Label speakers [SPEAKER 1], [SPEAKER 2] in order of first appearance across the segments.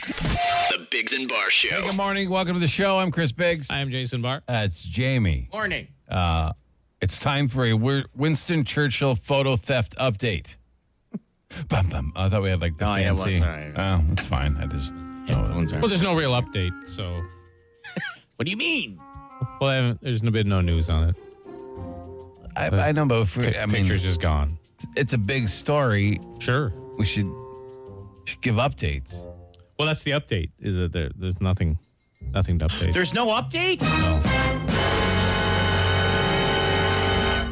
[SPEAKER 1] The Biggs and Bar
[SPEAKER 2] Hey,
[SPEAKER 1] Show.
[SPEAKER 2] good morning. Welcome to the show. I'm Chris Biggs.
[SPEAKER 3] I am Jason Barr.
[SPEAKER 2] Uh, it's Jamie.
[SPEAKER 3] Morning.
[SPEAKER 2] Uh, it's time for a Wi- Winston Churchill photo theft update. bum, bum. I thought we had like the
[SPEAKER 4] No, I had
[SPEAKER 2] fancy.
[SPEAKER 4] one, sorry.
[SPEAKER 2] Oh, that's fine. I just.
[SPEAKER 4] Headphones are-
[SPEAKER 3] Well, there's no real update, so
[SPEAKER 4] What do you mean?
[SPEAKER 3] well, I haven't- there's no been no news on it.
[SPEAKER 2] I, I know, but if we- I mean,
[SPEAKER 3] Pictures just gone.
[SPEAKER 2] it's a big story.
[SPEAKER 3] Sure.
[SPEAKER 2] We should, should give updates.
[SPEAKER 3] Well, that's the update. Is that there? There's nothing, nothing to update.
[SPEAKER 4] There's no update?
[SPEAKER 3] no.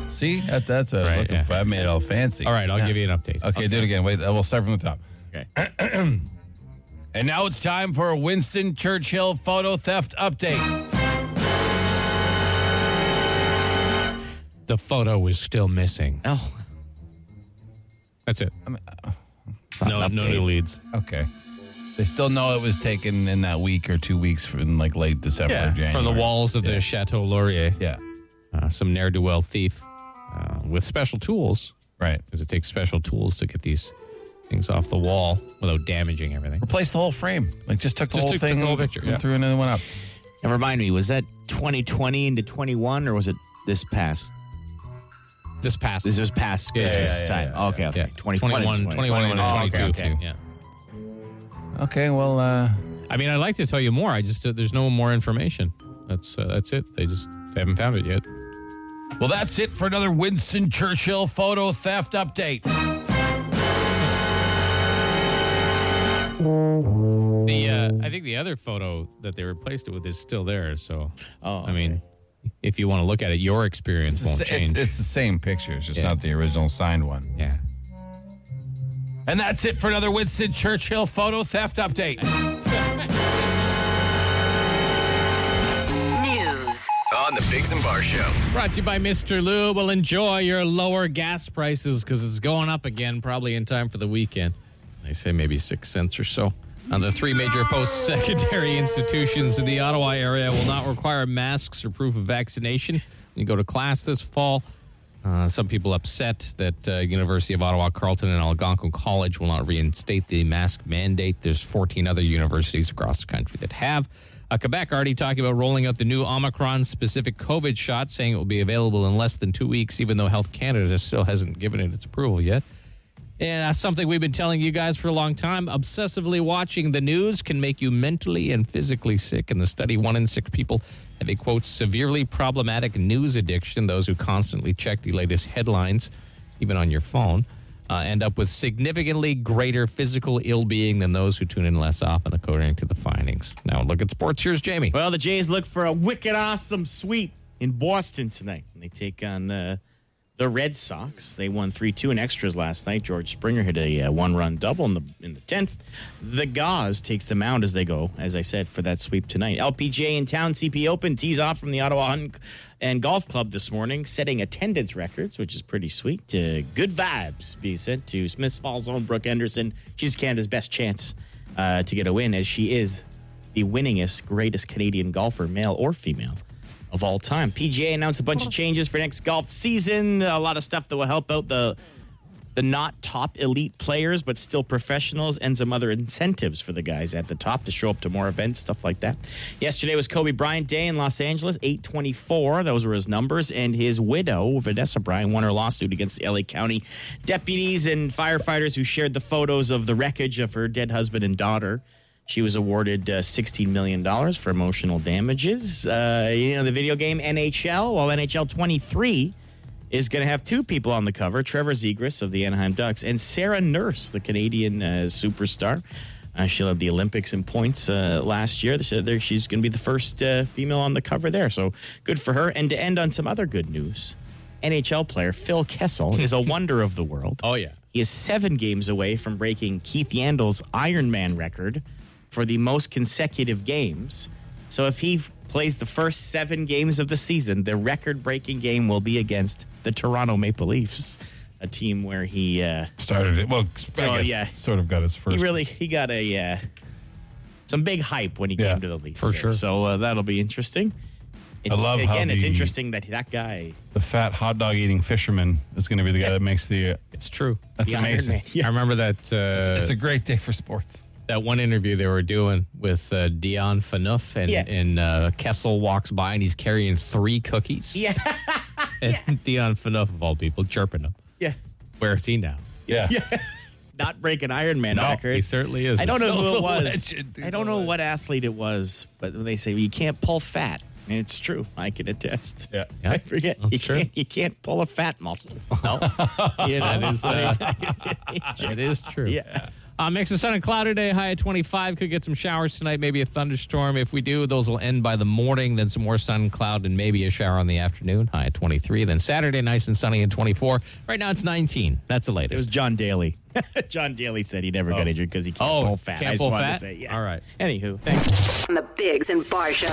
[SPEAKER 2] See, that, that's what I was
[SPEAKER 3] Right,
[SPEAKER 2] looking
[SPEAKER 3] yeah.
[SPEAKER 2] for. I made it all fancy.
[SPEAKER 3] All right, I'll give you an update.
[SPEAKER 2] Okay, do it again. Wait, uh, we'll start from the top.
[SPEAKER 4] Okay.
[SPEAKER 2] And now it's time for a Winston Churchill photo theft update.
[SPEAKER 3] The photo is still missing.
[SPEAKER 4] No. uh,
[SPEAKER 3] That's it.
[SPEAKER 4] It's not
[SPEAKER 3] no,
[SPEAKER 4] an
[SPEAKER 3] no
[SPEAKER 4] update.
[SPEAKER 3] new leads.
[SPEAKER 2] Okay. They still know it was taken in that week or two weeks from like late December, January.
[SPEAKER 3] From the walls of the Chateau Laurier,
[SPEAKER 2] Yeah.
[SPEAKER 3] uh, some ne'er do well thief uh, with special tools,
[SPEAKER 2] Right.
[SPEAKER 3] because it takes special tools to get these things off the wall without damaging everything.
[SPEAKER 2] Replaced the whole frame. Like just took the
[SPEAKER 3] Just
[SPEAKER 2] whole
[SPEAKER 3] took- took
[SPEAKER 2] thing
[SPEAKER 3] the whole
[SPEAKER 2] and
[SPEAKER 3] picture,
[SPEAKER 2] and
[SPEAKER 3] yeah.
[SPEAKER 2] threw another one up.
[SPEAKER 4] And remind me, was that 2020 into 21 or was it this past?
[SPEAKER 3] This past
[SPEAKER 4] This was past
[SPEAKER 3] Yeah, yeah,
[SPEAKER 4] Christmas
[SPEAKER 2] yeah,
[SPEAKER 4] time.
[SPEAKER 2] yeah,
[SPEAKER 4] okay, okay.
[SPEAKER 3] yeah,
[SPEAKER 4] 21,
[SPEAKER 3] 21, 21 and
[SPEAKER 4] Oh, okay,
[SPEAKER 3] 22.
[SPEAKER 4] okay.
[SPEAKER 3] Yeah.
[SPEAKER 2] Okay, well, uh,
[SPEAKER 3] I mean, I'd like to tell you more. I just uh, there's no more information. That's uh, that's it. They just they haven't found it yet.
[SPEAKER 2] well, that's it for another Winston Churchill photo theft update.
[SPEAKER 3] The uh, I think the other photo that they replaced it with is still there. So
[SPEAKER 4] Oh,
[SPEAKER 3] I mean, if you want to look at it, your experience won't
[SPEAKER 2] it's,
[SPEAKER 3] change.
[SPEAKER 2] it's the same picture. It's just not the original signed one.
[SPEAKER 3] yeah.
[SPEAKER 2] And that's it for another Winston Churchill photo theft update.
[SPEAKER 5] News.
[SPEAKER 1] On the Biggs and Bar Show.
[SPEAKER 3] Brought to you by Mr. Lou. Well, enjoy your lower gas prices because it's going up again, probably in time for the weekend. They say maybe six cents or so. On the three major post secondary institutions in the Ottawa area will not require masks or proof of vaccination when you go to class this fall. Uh, some people upset that uh, University of Ottawa, Carleton, and Algonquin College will not reinstate the mask mandate. There's 14 other universities across the country that have. Uh, Quebec already talking about rolling out the new Omicron specific COVID shot, saying it will be available in less than two weeks, even though Health Canada still hasn't given it its approval yet. And that's something we've been telling you guys for a long time. Obsessively watching the news can make you mentally and physically sick. In the study, one in six people have a quote severely problematic news addiction. Those who constantly check the latest headlines, even on your phone, uh, end up with significantly greater physical ill being than those who tune in less often, according to the findings. Now, look at sports. Here's Jamie.
[SPEAKER 4] Well, the Jays look for a wicked awesome sweep in Boston tonight. They take on uh, the Red Sox. They won 3 2 in extras last night. George Springer hit a uh, one run double in the in the 10th. The Gauze takes the mound as they go, as I said, for that sweep tonight. LPGA in town, CP Open tees off from the Ottawa Hunt and Golf Club this morning, setting attendance records, which is pretty sweet. Uh, good vibes be sent to Smith Falls' own Brooke Anderson. She's Canada's best chance uh, to get a win, as she is the winningest, greatest Canadian golfer, male or female, of all time. PGA announced a bunch of changes for next golf season. A lot of stuff that will help out the the not top elite players, but still professionals, and some other incentives for the guys at the top to show up to more events, stuff like that. Yesterday was Kobe Bryant Day in Los Angeles, 824. Those were his numbers. And his widow, Vanessa Bryant, won her lawsuit against LA County deputies and firefighters who shared the photos of the wreckage of her dead husband and daughter. She was awarded uh, $16 million for emotional damages. Uh, you know, the video game NHL, well, NHL 23 is going to have two people on the cover Trevor Zegras of the Anaheim Ducks and Sarah Nurse, the Canadian uh, superstar. Uh, she led the Olympics in points uh, last year. So there, she's going to be the first uh, female on the cover there. So good for her. And to end on some other good news NHL player Phil Kessel is a wonder of the world.
[SPEAKER 3] Oh, yeah.
[SPEAKER 4] He is seven games away from breaking Keith Yandel's Ironman record for the most consecutive games. So if he f- plays the first seven games of the season, the record breaking game will be against the Toronto Maple Leafs, a team where he uh,
[SPEAKER 2] Started it. Well, I
[SPEAKER 4] Oh,
[SPEAKER 2] guess
[SPEAKER 4] yeah.
[SPEAKER 2] sort of got his first.
[SPEAKER 4] he really he got a uh, some big hype when he
[SPEAKER 2] Yeah,
[SPEAKER 4] came to the Leafs.
[SPEAKER 3] for sure.
[SPEAKER 4] So uh, that'll be interesting. It's,
[SPEAKER 2] love how
[SPEAKER 4] again. it's
[SPEAKER 2] the-
[SPEAKER 4] interesting that that guy.
[SPEAKER 2] the fat hot dog eating fisherman is going to be the guy that makes the. Uh,
[SPEAKER 3] It's true.
[SPEAKER 2] that's
[SPEAKER 4] The Iron
[SPEAKER 2] amazing.
[SPEAKER 4] Man. Yeah.
[SPEAKER 3] I remember that. Uh,
[SPEAKER 2] It's a great day for sports.
[SPEAKER 3] that one interview they were doing with uh, Dion Phaneuf, and,
[SPEAKER 4] Yeah.
[SPEAKER 3] and uh, Kessel walks by and he's carrying three cookies.
[SPEAKER 4] Yeah.
[SPEAKER 3] and Dion Phaneuf, of all people, chirping him.
[SPEAKER 4] Yeah.
[SPEAKER 3] Where is he now?
[SPEAKER 2] Yeah.
[SPEAKER 4] Not breaking Iron Man record.
[SPEAKER 3] he certainly is.
[SPEAKER 4] I don't know who
[SPEAKER 2] Still
[SPEAKER 4] it
[SPEAKER 2] a
[SPEAKER 4] was.
[SPEAKER 2] legend. He's
[SPEAKER 4] I don't
[SPEAKER 2] a
[SPEAKER 4] know what athlete it was, but when they say you can't pull fat, and it's true. I can attest.
[SPEAKER 2] Yeah.
[SPEAKER 3] Yeah.
[SPEAKER 4] I forget.
[SPEAKER 3] That's
[SPEAKER 4] you
[SPEAKER 3] true.
[SPEAKER 4] can't. You can't pull a fat muscle.
[SPEAKER 3] No.
[SPEAKER 4] You know?
[SPEAKER 3] That is, uh, it is true.
[SPEAKER 4] Yeah.
[SPEAKER 3] Uh, mix of sun and cloud today, high at 25. Could get some showers tonight, maybe a thunderstorm. If we do, those will end by the morning. Then some more sun and cloud and maybe a shower in the afternoon, high at 23. Then Saturday, nice and sunny at 24. Right now, it's 19. That's the
[SPEAKER 4] It was
[SPEAKER 3] latest.
[SPEAKER 4] John Daly. John Daly said he never got injured because he can't
[SPEAKER 3] Oh,
[SPEAKER 4] pull fat.
[SPEAKER 3] can't
[SPEAKER 4] I just
[SPEAKER 3] pull
[SPEAKER 4] wanted
[SPEAKER 3] fat?
[SPEAKER 4] to say, yeah.
[SPEAKER 3] All right.
[SPEAKER 4] Anywho, thanks.
[SPEAKER 5] on the Bigs and Bar Show.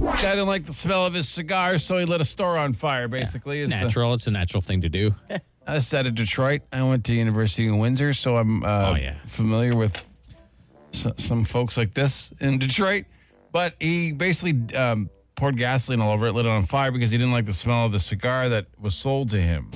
[SPEAKER 2] Guy didn't like the smell of his cigar, so he lit a store on fire, basically. is the-
[SPEAKER 3] Natural. It's a natural thing to do.
[SPEAKER 2] I was out of Detroit. I went to University in Windsor, so I'm uh,
[SPEAKER 3] Oh, yeah.
[SPEAKER 2] familiar with s- some folks like this in Detroit. But he basically um, poured gasoline all over it, lit it on fire because he didn't like the smell of the cigar that was sold to him.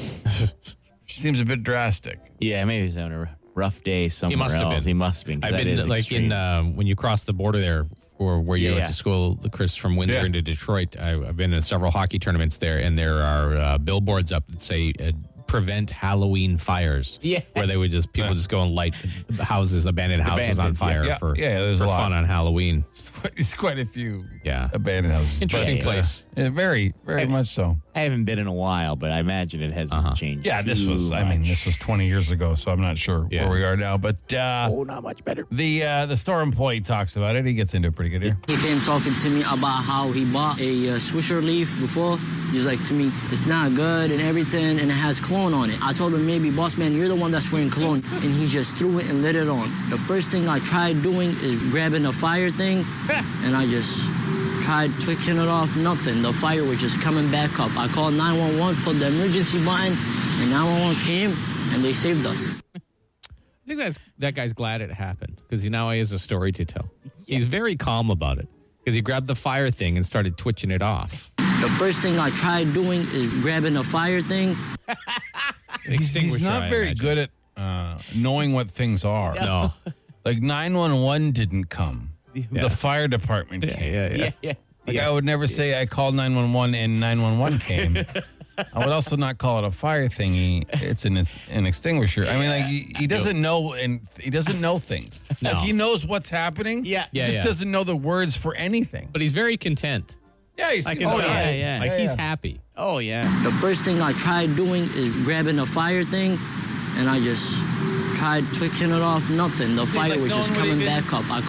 [SPEAKER 2] Seems a bit drastic.
[SPEAKER 4] Yeah, maybe he was having a rough day somewhere
[SPEAKER 3] must have
[SPEAKER 4] else.
[SPEAKER 3] been.
[SPEAKER 4] He must have been. 'cause
[SPEAKER 3] I've
[SPEAKER 4] that is
[SPEAKER 3] been like
[SPEAKER 4] extreme.
[SPEAKER 3] in uh, when you cross the border there, or where you
[SPEAKER 4] Yeah,
[SPEAKER 3] went
[SPEAKER 4] yeah.
[SPEAKER 3] to school, Chris, from Windsor
[SPEAKER 2] Yeah.
[SPEAKER 3] into Detroit. I, I've been in several hockey tournaments there, and there are uh, billboards up that say uh, "Prevent Halloween Fires."
[SPEAKER 4] Yeah.
[SPEAKER 3] where they would just people just go and light houses, abandoned houses on
[SPEAKER 4] Abandoned,
[SPEAKER 3] fire
[SPEAKER 2] yeah.
[SPEAKER 3] for
[SPEAKER 2] Yeah, there's a
[SPEAKER 3] for
[SPEAKER 2] lot.
[SPEAKER 3] fun on Halloween.
[SPEAKER 2] It's quite a few
[SPEAKER 3] Yeah.
[SPEAKER 2] abandoned houses. uh,
[SPEAKER 3] Interesting
[SPEAKER 4] yeah.
[SPEAKER 3] place.
[SPEAKER 2] Yeah, very, very much so.
[SPEAKER 4] I haven't been in a while, but I imagine it hasn't
[SPEAKER 3] Uh-huh.
[SPEAKER 4] changed.
[SPEAKER 2] Yeah, this
[SPEAKER 4] too
[SPEAKER 2] was. I mean,
[SPEAKER 4] much.
[SPEAKER 2] this was 20 years ago, so I'm not sure
[SPEAKER 3] Yeah.
[SPEAKER 2] where we are now. But uh,
[SPEAKER 4] oh, not much better.
[SPEAKER 2] the uh, the store employee talks about it. He gets into it pretty good here.
[SPEAKER 6] He came talking to me about how he bought a uh, Swisher Leaf before. He's like to me, it's not good and everything, and it has cologne on it. I told him maybe, boss man, you're the one that's wearing cologne, and he just threw it and lit it on. The first thing I tried doing is grabbing the fire thing, and I just tried twicking it off. Nothing. The fire was just coming back up. I called 911, pulled the emergency button, and 911 came, and they saved us.
[SPEAKER 3] I think that's that guy's glad it happened because he now he has a story to tell. He's very calm about it because he grabbed the fire thing and started twitching it off.
[SPEAKER 6] The first thing I tried doing is grabbing the fire thing,
[SPEAKER 2] He's, he's
[SPEAKER 3] extinguisher,
[SPEAKER 2] not
[SPEAKER 3] I
[SPEAKER 2] very
[SPEAKER 3] imagine.
[SPEAKER 2] good at uh, knowing what things are.
[SPEAKER 3] No.
[SPEAKER 2] Like 911 didn't come. The fire department came.
[SPEAKER 4] Yeah, yeah.
[SPEAKER 2] Like I would never say I called 911 and 911 came. I would also not call it a fire thingy. It's an it's an extinguisher. I mean, like he, he doesn't know and he doesn't know things.
[SPEAKER 3] No.
[SPEAKER 2] Like he knows what's happening.
[SPEAKER 4] Yeah.
[SPEAKER 2] he
[SPEAKER 3] Yeah,
[SPEAKER 2] just
[SPEAKER 3] yeah.
[SPEAKER 2] doesn't know the words for anything.
[SPEAKER 3] But he's very content.
[SPEAKER 2] yeah, he's
[SPEAKER 3] I can
[SPEAKER 2] oh
[SPEAKER 3] tell.
[SPEAKER 2] yeah,
[SPEAKER 4] yeah.
[SPEAKER 3] Like
[SPEAKER 2] Yeah,
[SPEAKER 3] he's
[SPEAKER 2] yeah.
[SPEAKER 3] happy.
[SPEAKER 4] Oh, yeah.
[SPEAKER 6] The first thing I tried doing is grabbing a fire thing, and I just tried twicking it off. Nothing. The fire
[SPEAKER 2] like
[SPEAKER 6] was
[SPEAKER 2] no
[SPEAKER 6] just
[SPEAKER 2] one would
[SPEAKER 6] coming
[SPEAKER 2] even-
[SPEAKER 6] back up. I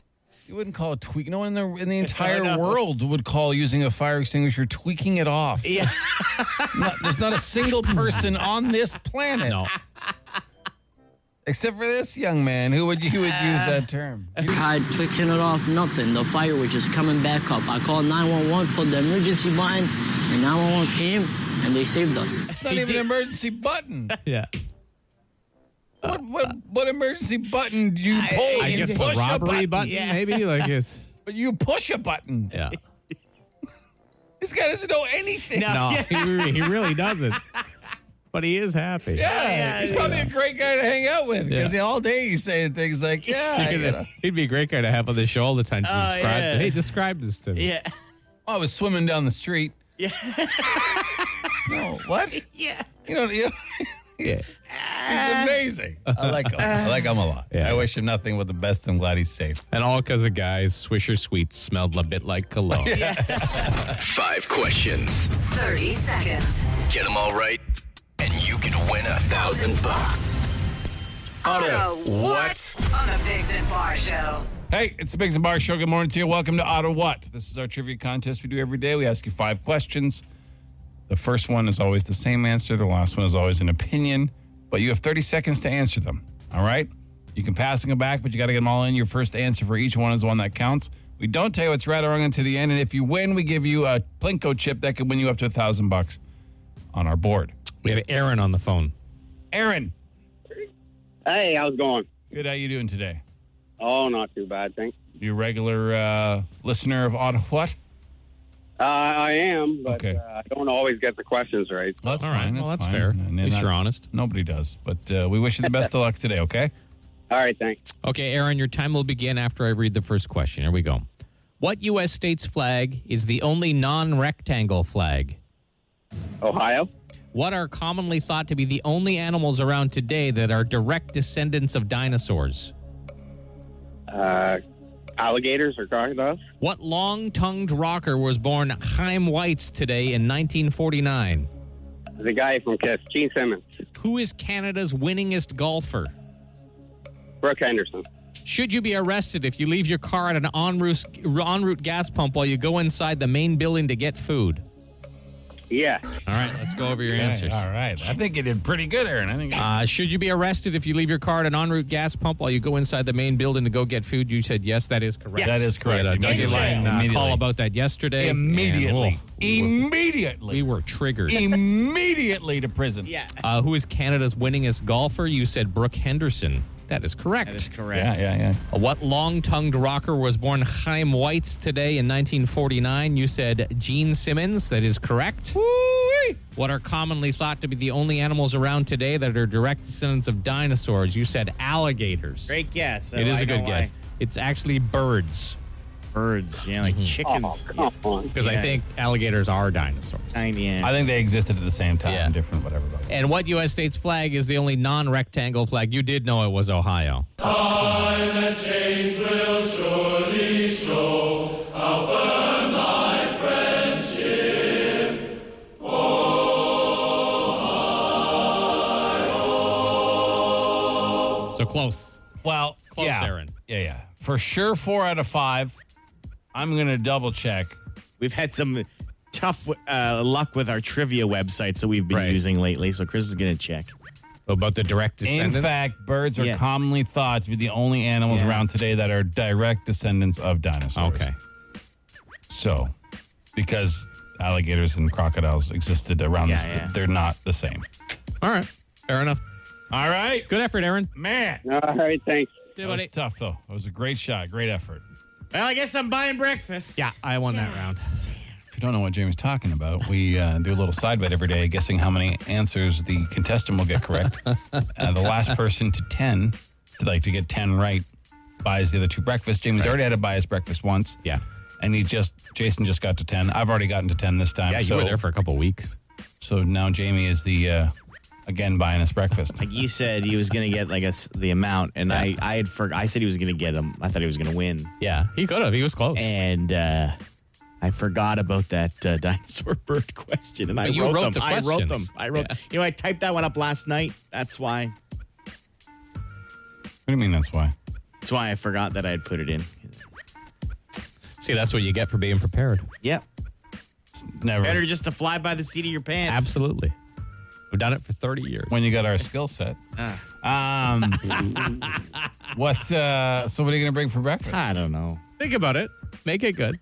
[SPEAKER 2] you wouldn't call it tweak. No one in the in the entire
[SPEAKER 4] know.
[SPEAKER 2] world would call using a fire extinguisher tweaking it off.
[SPEAKER 4] Yeah.
[SPEAKER 2] Not- there's not a single person on this planet
[SPEAKER 3] No.
[SPEAKER 2] except for this young man who would you would use that term.
[SPEAKER 6] tried twicking it off. Nothing. The fire was just coming back up. I called 911, pulled the emergency button, and 911 came and they saved us.
[SPEAKER 2] It's not even an emergency button.
[SPEAKER 3] Yeah.
[SPEAKER 2] What, what, what emergency button do you pull?
[SPEAKER 3] I
[SPEAKER 2] You
[SPEAKER 3] guess the
[SPEAKER 2] push a
[SPEAKER 3] robbery button,
[SPEAKER 4] Yeah.
[SPEAKER 3] maybe like it's
[SPEAKER 2] But you push a button.
[SPEAKER 3] yeah.
[SPEAKER 2] This guy doesn't know anything.
[SPEAKER 3] No, he, he really doesn't. But he is happy.
[SPEAKER 2] Yeah, he's probably a great guy to hang out with because
[SPEAKER 3] Yeah.
[SPEAKER 2] all day he's saying things like, "Yeah,
[SPEAKER 3] He'd
[SPEAKER 2] you
[SPEAKER 3] be-
[SPEAKER 2] know,
[SPEAKER 3] He'd be a great guy to have on the show all the time. To
[SPEAKER 4] Oh,
[SPEAKER 3] describe
[SPEAKER 4] yeah.
[SPEAKER 3] it. Hey, describe this to me.
[SPEAKER 4] Yeah.
[SPEAKER 2] Oh, I was swimming down the street."
[SPEAKER 4] Yeah.
[SPEAKER 2] no, what?
[SPEAKER 4] Yeah.
[SPEAKER 2] You know, you he's, he's amazing. I like him. I like him a lot.
[SPEAKER 3] Yeah.
[SPEAKER 2] I wish him nothing but the best. I'm glad he's safe.
[SPEAKER 3] And all because a guy's Swisher Sweets smelled a bit like cologne.
[SPEAKER 1] Five questions.
[SPEAKER 5] 30 seconds.
[SPEAKER 1] Get them all right, and you can win a thousand bucks.
[SPEAKER 5] Auto
[SPEAKER 1] what?
[SPEAKER 5] On the Bigs and Bar Show.
[SPEAKER 2] Hey, it's the Biggs and Bar Show. Good morning to you. Welcome to Auto What. This is our trivia contest we do every day. We ask you five questions. The first one is always the same answer. The last one is always an opinion, but you have 30 seconds to answer them. All right? You can pass them back, but you got to get them all in. Your first answer for each one is the one that counts. We don't tell you what's right or wrong until the end, and if you win, we give you a Plinko chip that could win you up to a thousand bucks on our board.
[SPEAKER 3] We have Aaron on the phone.
[SPEAKER 2] Aaron,
[SPEAKER 7] Hey, how's it going?
[SPEAKER 2] good. How you doing today?
[SPEAKER 7] Oh, not too bad, thanks.
[SPEAKER 2] You regular uh, listener of Auto What?
[SPEAKER 7] Uh, I am, but
[SPEAKER 2] Okay.
[SPEAKER 7] uh, I don't always get the questions right.
[SPEAKER 2] Well, that's
[SPEAKER 3] All right.
[SPEAKER 2] fine.
[SPEAKER 3] Well, that's
[SPEAKER 2] fine.
[SPEAKER 3] fair.
[SPEAKER 2] And- and
[SPEAKER 3] At least
[SPEAKER 2] that-
[SPEAKER 3] you're honest.
[SPEAKER 2] Nobody does, but uh, we wish you the best of luck today. Okay.
[SPEAKER 7] All right, thanks.
[SPEAKER 3] Okay, Aaron, your time will begin after I read the first question. Here we go. What U.S. state's flag is the only non rectangle flag?
[SPEAKER 7] Ohio,
[SPEAKER 3] What are commonly thought to be the only animals around today that are direct descendants of dinosaurs?
[SPEAKER 7] uh, alligators or crocodiles?
[SPEAKER 3] What long tongued rocker was born Chaim Weitz today in 1949?
[SPEAKER 7] The guy from Kiss, Gene Simmons,
[SPEAKER 3] Who is Canada's winningest golfer?
[SPEAKER 7] Brooke Henderson.
[SPEAKER 3] Should you be arrested if you leave your car at an en route, en route gas pump while you go inside the main building to get food?
[SPEAKER 7] Yeah,
[SPEAKER 3] All right, let's go over your
[SPEAKER 2] Okay,
[SPEAKER 3] answers.
[SPEAKER 2] All right. I think you did pretty good, Aaron. I think
[SPEAKER 3] Uh, should you be arrested if you leave your car at an en route gas pump while you go inside the main building to go get food? You said yes, that is correct.
[SPEAKER 2] that is correct.
[SPEAKER 3] We had a Doug
[SPEAKER 2] Immediately.
[SPEAKER 3] Line uh,
[SPEAKER 2] Immediately.
[SPEAKER 3] call about that yesterday. and
[SPEAKER 2] immediately,
[SPEAKER 3] we were- we
[SPEAKER 2] immediately,
[SPEAKER 3] were triggered.
[SPEAKER 2] immediately to prison.
[SPEAKER 4] Yeah.
[SPEAKER 3] Uh, who is Canada's winningest golfer? You said Brooke Henderson. That is correct.
[SPEAKER 4] That is
[SPEAKER 2] Yeah,
[SPEAKER 4] correct.
[SPEAKER 2] yeah, yeah.
[SPEAKER 3] Uh, What long tongued rocker was born Chaim Weitz today in 1949? You said Gene Simmons. That is correct. What are commonly thought to be the only animals around today that are direct descendants of dinosaurs? You said alligators.
[SPEAKER 4] Great guess.
[SPEAKER 3] It
[SPEAKER 4] I-
[SPEAKER 3] is
[SPEAKER 4] I
[SPEAKER 3] a good
[SPEAKER 4] don't lie.
[SPEAKER 3] guess. It's actually birds
[SPEAKER 4] Birds, yeah, like
[SPEAKER 3] Mm-hmm.
[SPEAKER 7] oh,
[SPEAKER 4] chickens.
[SPEAKER 7] come
[SPEAKER 4] Yeah.
[SPEAKER 7] on.
[SPEAKER 3] because I
[SPEAKER 4] Yeah.
[SPEAKER 3] think alligators are dinosaurs.
[SPEAKER 4] Tiny
[SPEAKER 2] I think they existed at the same time,
[SPEAKER 3] Yeah.
[SPEAKER 2] different, whatever. but-
[SPEAKER 3] And what U.S. state's flag is the only non rectangle flag? You did know it was Ohio. So close.
[SPEAKER 2] Well,
[SPEAKER 3] Close,
[SPEAKER 2] yeah.
[SPEAKER 3] Aaron.
[SPEAKER 2] Yeah, yeah. For sure, four out of five. I'm going to double check.
[SPEAKER 4] We've had some tough uh, luck with our trivia websites that we've been
[SPEAKER 2] Right.
[SPEAKER 4] using lately, so Chris is going to check.
[SPEAKER 3] About the direct
[SPEAKER 2] In
[SPEAKER 3] descendants.
[SPEAKER 2] fact, birds are
[SPEAKER 4] Yeah.
[SPEAKER 2] commonly thought to be the only animals
[SPEAKER 4] Yeah.
[SPEAKER 2] around today that are direct descendants of dinosaurs.
[SPEAKER 3] okay.
[SPEAKER 2] So, because alligators and crocodiles existed around
[SPEAKER 4] Yeah,
[SPEAKER 2] this,
[SPEAKER 4] yeah.
[SPEAKER 2] they're not the same.
[SPEAKER 3] All right. Fair enough.
[SPEAKER 2] All right.
[SPEAKER 3] Good effort, Aaron.
[SPEAKER 2] Man.
[SPEAKER 7] All right, thanks.
[SPEAKER 2] That was tough, though. It was a great shot. Great effort.
[SPEAKER 4] Well, I guess I'm buying breakfast.
[SPEAKER 3] Yeah, I won that round.
[SPEAKER 2] If you don't know what Jamie's talking about, we uh, do a little side bet every day, guessing how many answers the contestant will get correct. uh, the last person to 10, to like to get 10 right, buys the other two breakfasts. Jamie's already had a buy his breakfast once.
[SPEAKER 3] Yeah.
[SPEAKER 2] And he just, Jason just got to 10. I've already gotten to 10 this time.
[SPEAKER 3] Yeah, you
[SPEAKER 2] so,
[SPEAKER 3] were there for a couple weeks.
[SPEAKER 2] so now Jamie is the, uh, again, buying us breakfast.
[SPEAKER 4] Like you said, he was going to get like a s the amount, and I I had for, I said he was going to get him. I thought he was going to win,
[SPEAKER 3] Yeah, he could have. He was close.
[SPEAKER 2] Eh.
[SPEAKER 4] and uh, I forgot about that uh, dinosaur bird question. And I
[SPEAKER 3] But you
[SPEAKER 4] wrote,
[SPEAKER 3] wrote
[SPEAKER 4] them.
[SPEAKER 3] the
[SPEAKER 4] I wrote them.
[SPEAKER 3] questions.
[SPEAKER 4] I wrote.
[SPEAKER 3] Yeah.
[SPEAKER 4] You know, I typed that one up last night. That's why.
[SPEAKER 2] What do you mean that's why?
[SPEAKER 4] That's why I forgot that I had put it in.
[SPEAKER 3] See, that's what you get for being prepared.
[SPEAKER 4] Yep.
[SPEAKER 2] Never.
[SPEAKER 4] Better just to fly by the seat of your pants.
[SPEAKER 3] Absolutely. We've done it for 30 years.
[SPEAKER 2] when you got our skill set. Um, what? Uh, so what are you gonna bring for breakfast?
[SPEAKER 4] I don't know.
[SPEAKER 3] Think about it. Make it good.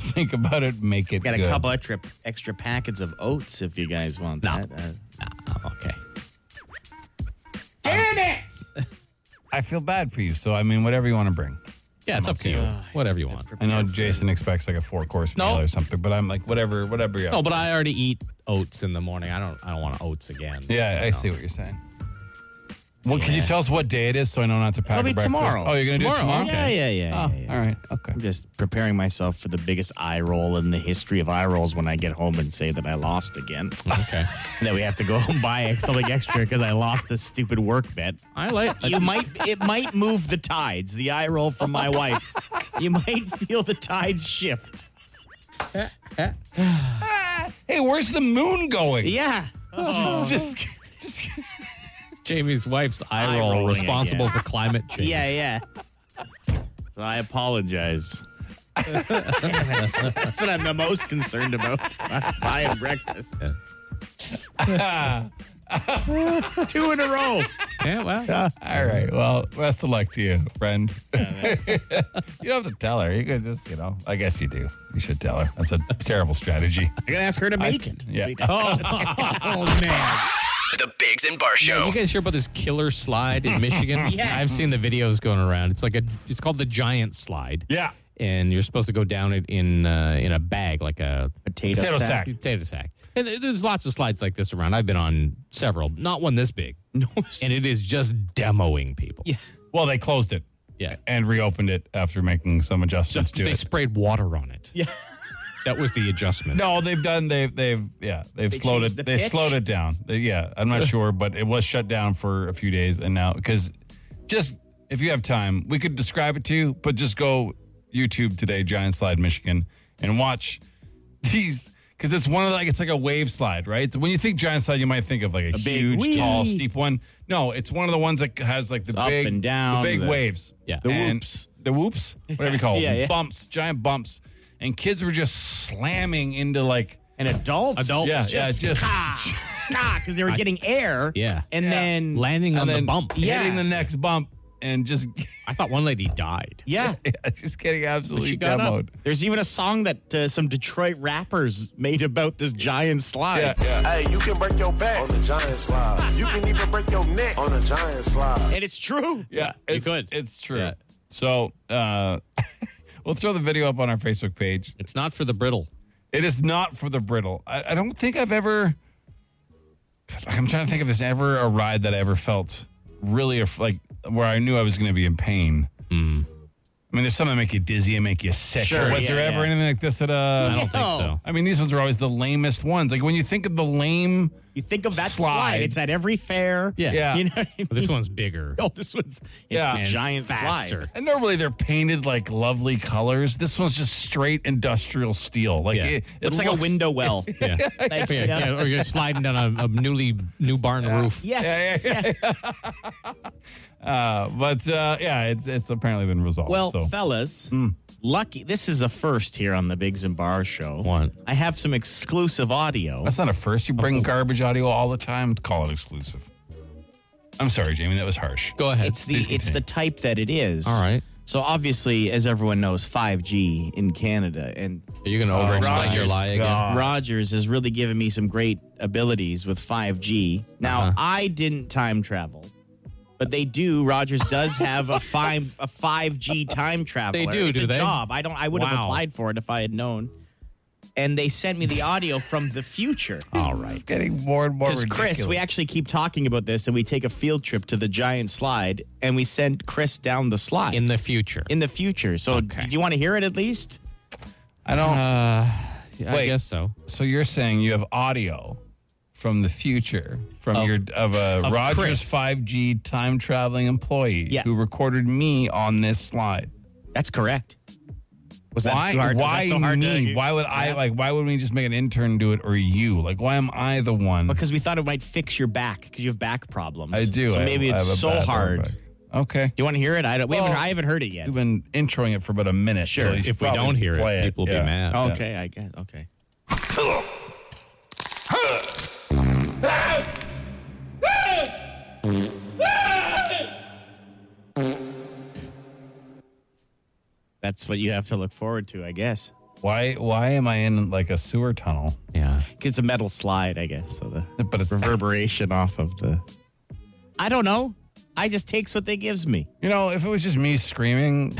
[SPEAKER 2] Think about it. Make it.
[SPEAKER 4] Got a
[SPEAKER 2] good.
[SPEAKER 4] couple extra extra packets of oats if you guys want
[SPEAKER 3] No.
[SPEAKER 4] that. Uh,
[SPEAKER 2] Oh,
[SPEAKER 3] okay.
[SPEAKER 2] I feel bad for you. So I mean, whatever you want to bring.
[SPEAKER 3] Yeah, it's up to you. Whatever you want.
[SPEAKER 2] I know Jason expects like a four course
[SPEAKER 3] No.
[SPEAKER 2] meal or something, but I'm like whatever, whatever. You
[SPEAKER 3] No, but I already eat oats in the morning. I don't I don't want oats again.
[SPEAKER 2] yeah, I
[SPEAKER 3] You know.
[SPEAKER 2] see what you're saying. Well, can you tell us what day it is so I know not to pack
[SPEAKER 4] It'll
[SPEAKER 2] a
[SPEAKER 4] be
[SPEAKER 2] breakfast?
[SPEAKER 4] tomorrow.
[SPEAKER 2] Oh, you're gonna do it tomorrow?
[SPEAKER 3] Tomorrow,
[SPEAKER 4] Yeah, yeah, yeah, yeah, yeah.
[SPEAKER 2] All right. Okay.
[SPEAKER 4] I'm just preparing myself for the biggest eye roll in the history of eye rolls when I get home and say that I lost again.
[SPEAKER 3] Okay.
[SPEAKER 4] and then we have to go and buy something extra because I lost a stupid work bet.
[SPEAKER 3] I like
[SPEAKER 4] You might it might move the tides. The eye roll from my wife. You might feel the tides shift.
[SPEAKER 2] Hey, where's the moon going?
[SPEAKER 4] Yeah. Oh.
[SPEAKER 2] Just-
[SPEAKER 3] Jamie's wife's eye roll
[SPEAKER 4] rolling
[SPEAKER 3] responsible
[SPEAKER 4] again.
[SPEAKER 3] for climate change.
[SPEAKER 4] Yeah, yeah. So I apologize. That's what I'm the most concerned about. Buying breakfast. Two in a row.
[SPEAKER 3] Yeah, well.
[SPEAKER 2] All right. Well, best of luck to you, friend. you don't have to tell her. You could just, you know, I guess you do. You should tell her. That's a terrible strategy.
[SPEAKER 4] I'm gonna ask her to make it.
[SPEAKER 2] Yeah.
[SPEAKER 3] Oh man.
[SPEAKER 1] The Bigs and Bar
[SPEAKER 3] You
[SPEAKER 1] Show.
[SPEAKER 3] guys hear about this killer slide in Michigan? yeah. I've seen the videos going around. It's like a it's called the giant slide.
[SPEAKER 2] Yeah.
[SPEAKER 3] And you're supposed to go down it in uh, in a bag like a
[SPEAKER 4] Potato,
[SPEAKER 2] Potato sack.
[SPEAKER 3] potato sack. And th- there's lots of slides like this around. I've been on several, not one this big.
[SPEAKER 4] No,
[SPEAKER 3] And it is just demoing people. Yeah.
[SPEAKER 2] Well, they closed it
[SPEAKER 3] Yeah.
[SPEAKER 2] and reopened it after making some adjustments to
[SPEAKER 3] they
[SPEAKER 2] it.
[SPEAKER 3] sprayed water on it.
[SPEAKER 4] Yeah.
[SPEAKER 3] That was the adjustment.
[SPEAKER 2] No, they've done. They've they've yeah. They've
[SPEAKER 4] They
[SPEAKER 2] slowed
[SPEAKER 4] changed
[SPEAKER 2] it.
[SPEAKER 4] the
[SPEAKER 2] They
[SPEAKER 4] pitch?
[SPEAKER 2] slowed it down. They- yeah, I'm not sure, but it was shut down for a few days, and now because just if you have time, we could describe it to you, but just go YouTube today, Giant Slide Michigan, and watch these because it's one of the, like it's like a wave slide, right? So when you think Giant Slide, you might think of like a,
[SPEAKER 4] big
[SPEAKER 2] huge,
[SPEAKER 4] whee.
[SPEAKER 2] tall, steep one. No, it's one of the ones that has like the
[SPEAKER 4] It's up
[SPEAKER 2] big
[SPEAKER 4] and down,
[SPEAKER 2] the big
[SPEAKER 4] the-
[SPEAKER 2] waves,
[SPEAKER 3] Yeah.
[SPEAKER 4] The
[SPEAKER 2] and
[SPEAKER 4] whoops.
[SPEAKER 2] the whoops, whatever you call
[SPEAKER 4] Yeah,
[SPEAKER 2] them,
[SPEAKER 4] yeah.
[SPEAKER 2] bumps, giant bumps, and kids were just slamming into like.
[SPEAKER 4] And adults,
[SPEAKER 3] Adults.
[SPEAKER 2] Yeah, yeah,
[SPEAKER 4] just
[SPEAKER 2] just-
[SPEAKER 4] because they were getting air.
[SPEAKER 3] Yeah.
[SPEAKER 4] and then
[SPEAKER 3] Landing on
[SPEAKER 2] and
[SPEAKER 3] the
[SPEAKER 2] then
[SPEAKER 3] bump.
[SPEAKER 4] Yeah.
[SPEAKER 2] hitting the next bump and just
[SPEAKER 3] I thought one lady died.
[SPEAKER 4] yeah.
[SPEAKER 2] just getting absolutely
[SPEAKER 3] She got up.
[SPEAKER 2] demoed.
[SPEAKER 4] There's even a song that uh, some Detroit rappers made about this giant slide.
[SPEAKER 2] Yeah, yeah.
[SPEAKER 8] Hey, you can break your back on a giant slide. You can even break your neck on a giant slide.
[SPEAKER 4] And it's true.
[SPEAKER 2] Yeah,
[SPEAKER 3] you
[SPEAKER 2] it's,
[SPEAKER 3] could.
[SPEAKER 2] It's true.
[SPEAKER 3] Yeah.
[SPEAKER 2] So uh, we'll throw the video up on our Facebook page.
[SPEAKER 3] It's not for the brittle.
[SPEAKER 2] It is not for the brittle. I, I don't think I've ever. I'm trying to think if there's ever a ride that I ever felt really af- like where I knew I was going to be in pain. I mean, there's some that make you dizzy and make you sick.
[SPEAKER 4] Mm-hmm. Sure,
[SPEAKER 2] was
[SPEAKER 4] yeah,
[SPEAKER 2] there ever
[SPEAKER 4] yeah.
[SPEAKER 2] anything like this at uh,
[SPEAKER 3] I don't think so.
[SPEAKER 2] I mean, these ones are always the lamest ones. Like when you think of the lame.
[SPEAKER 4] You think of that slide.
[SPEAKER 2] Slide.
[SPEAKER 4] It's at every fair.
[SPEAKER 3] Yeah.
[SPEAKER 2] Yeah.
[SPEAKER 4] You know what I mean?
[SPEAKER 3] Well, this one's bigger.
[SPEAKER 4] Oh, this one's it's
[SPEAKER 2] Yeah.
[SPEAKER 4] the
[SPEAKER 2] And
[SPEAKER 4] giant
[SPEAKER 3] faster.
[SPEAKER 4] slide.
[SPEAKER 2] And normally they're painted like lovely colors. This one's just straight industrial steel. Like
[SPEAKER 3] Yeah.
[SPEAKER 2] it, it
[SPEAKER 4] Looks like a window well.
[SPEAKER 3] Yeah.
[SPEAKER 4] Like,
[SPEAKER 3] Yeah,
[SPEAKER 4] you know?
[SPEAKER 3] yeah, or you're sliding down a, a newly new barn roof.
[SPEAKER 4] Yes.
[SPEAKER 2] Yeah, yeah, yeah. Uh, but uh, yeah, it's it's apparently been resolved.
[SPEAKER 4] Well,
[SPEAKER 2] so.
[SPEAKER 4] fellas,
[SPEAKER 2] Hmm.
[SPEAKER 4] lucky this is a first here on the Big Zimbar show.
[SPEAKER 3] What?
[SPEAKER 4] I have some exclusive audio.
[SPEAKER 2] that's not a first. You bring garbage audio all the time. Call it exclusive. I'm sorry, Jamie. That was harsh.
[SPEAKER 3] Go ahead.
[SPEAKER 4] It's the
[SPEAKER 2] Please
[SPEAKER 4] it's the type that it is.
[SPEAKER 3] All right.
[SPEAKER 4] So obviously, as everyone knows, 5G in Canada and
[SPEAKER 3] Are you going to overexplain
[SPEAKER 4] Rogers.
[SPEAKER 3] your lie again?
[SPEAKER 2] Oh God.
[SPEAKER 4] Rogers has really given me some great abilities with 5G. Now,
[SPEAKER 3] Uh-huh.
[SPEAKER 4] I didn't time travel, but they do. Rogers does have a five a 5G time traveler.
[SPEAKER 3] They do,
[SPEAKER 4] It's
[SPEAKER 3] do
[SPEAKER 4] a
[SPEAKER 3] they?
[SPEAKER 4] Job. I don't. I would have
[SPEAKER 3] Wow.
[SPEAKER 4] applied for it if I had known. And they sent me the audio from the future. All
[SPEAKER 2] It's getting more and more
[SPEAKER 4] Because
[SPEAKER 2] ridiculous.
[SPEAKER 4] Chris, we actually keep talking about this, and we take a field trip to the giant slide, and we send Chris down the slide
[SPEAKER 3] In the future.
[SPEAKER 4] in the future. So, do you want to hear it at least?
[SPEAKER 2] I don't.
[SPEAKER 3] I
[SPEAKER 2] wait.
[SPEAKER 3] guess so.
[SPEAKER 2] so you're saying you have audio from the future from your of a Rogers
[SPEAKER 3] Chris.
[SPEAKER 2] 5G time traveling employee
[SPEAKER 4] Yeah.
[SPEAKER 2] who recorded me on this slide.
[SPEAKER 4] That's correct. Was that
[SPEAKER 2] why?
[SPEAKER 4] too hard? Was
[SPEAKER 2] Why
[SPEAKER 4] that so hard
[SPEAKER 2] me?
[SPEAKER 4] To,
[SPEAKER 2] why would I
[SPEAKER 4] ask?
[SPEAKER 2] like? Why would we just make an intern do it or you? Like, why am I the one?
[SPEAKER 4] Because we thought it might fix your back because you have back problems.
[SPEAKER 2] I do.
[SPEAKER 4] So
[SPEAKER 2] I-
[SPEAKER 4] maybe
[SPEAKER 2] I
[SPEAKER 4] it's
[SPEAKER 2] have a
[SPEAKER 4] so
[SPEAKER 2] bad
[SPEAKER 4] hard.
[SPEAKER 2] lower
[SPEAKER 4] Do
[SPEAKER 2] back. Okay,
[SPEAKER 4] you want to hear it? I don't. we
[SPEAKER 2] Well-
[SPEAKER 4] haven't, I haven't heard it yet.
[SPEAKER 2] we've been introing it for about a minute.
[SPEAKER 4] Sure.
[SPEAKER 2] so you
[SPEAKER 4] If
[SPEAKER 2] should
[SPEAKER 3] If we
[SPEAKER 2] probably
[SPEAKER 3] don't hear
[SPEAKER 2] play
[SPEAKER 3] it, people will
[SPEAKER 2] yeah.
[SPEAKER 3] be mad.
[SPEAKER 4] Okay, I guess. Okay. That's what you have to look forward to, I guess.
[SPEAKER 2] Why? Why am I in like a sewer tunnel?
[SPEAKER 3] Yeah.
[SPEAKER 4] It's a metal slide, I guess. So the
[SPEAKER 2] But it's
[SPEAKER 4] reverberation off of the. I don't know. I just takes what they gives me.
[SPEAKER 2] you know, if it was just me screaming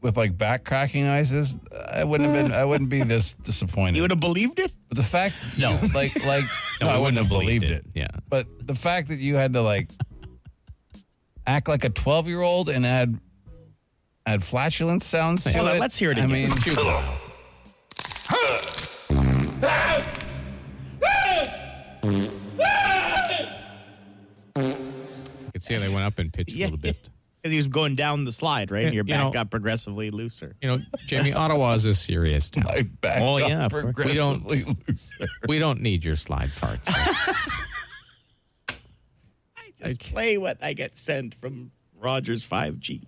[SPEAKER 2] with like back cracking noises, I wouldn't have been. I wouldn't be this disappointed.
[SPEAKER 4] You would have believed it?
[SPEAKER 2] But the fact, no, like, like, no, I wouldn't have believed it.
[SPEAKER 3] Yeah.
[SPEAKER 2] But the fact that you had to like act like a twelve-year-old and add add flatulence sounds to
[SPEAKER 4] Hold on,
[SPEAKER 2] it.
[SPEAKER 4] let's hear it
[SPEAKER 2] I
[SPEAKER 4] again.
[SPEAKER 2] mean,
[SPEAKER 3] I could see how they went up in pitch a little bit.
[SPEAKER 4] Because he was going down the slide, right? And your
[SPEAKER 3] You
[SPEAKER 4] back
[SPEAKER 3] know-
[SPEAKER 4] got progressively looser.
[SPEAKER 3] You know, Jamie, Ottawa is a serious town.
[SPEAKER 2] I back
[SPEAKER 4] Oh,
[SPEAKER 2] up
[SPEAKER 4] yeah, of course.
[SPEAKER 3] We don't-
[SPEAKER 2] progressively looser.
[SPEAKER 3] We don't need your slide farts.
[SPEAKER 4] Just play what I get sent from Rogers Mm. 5G.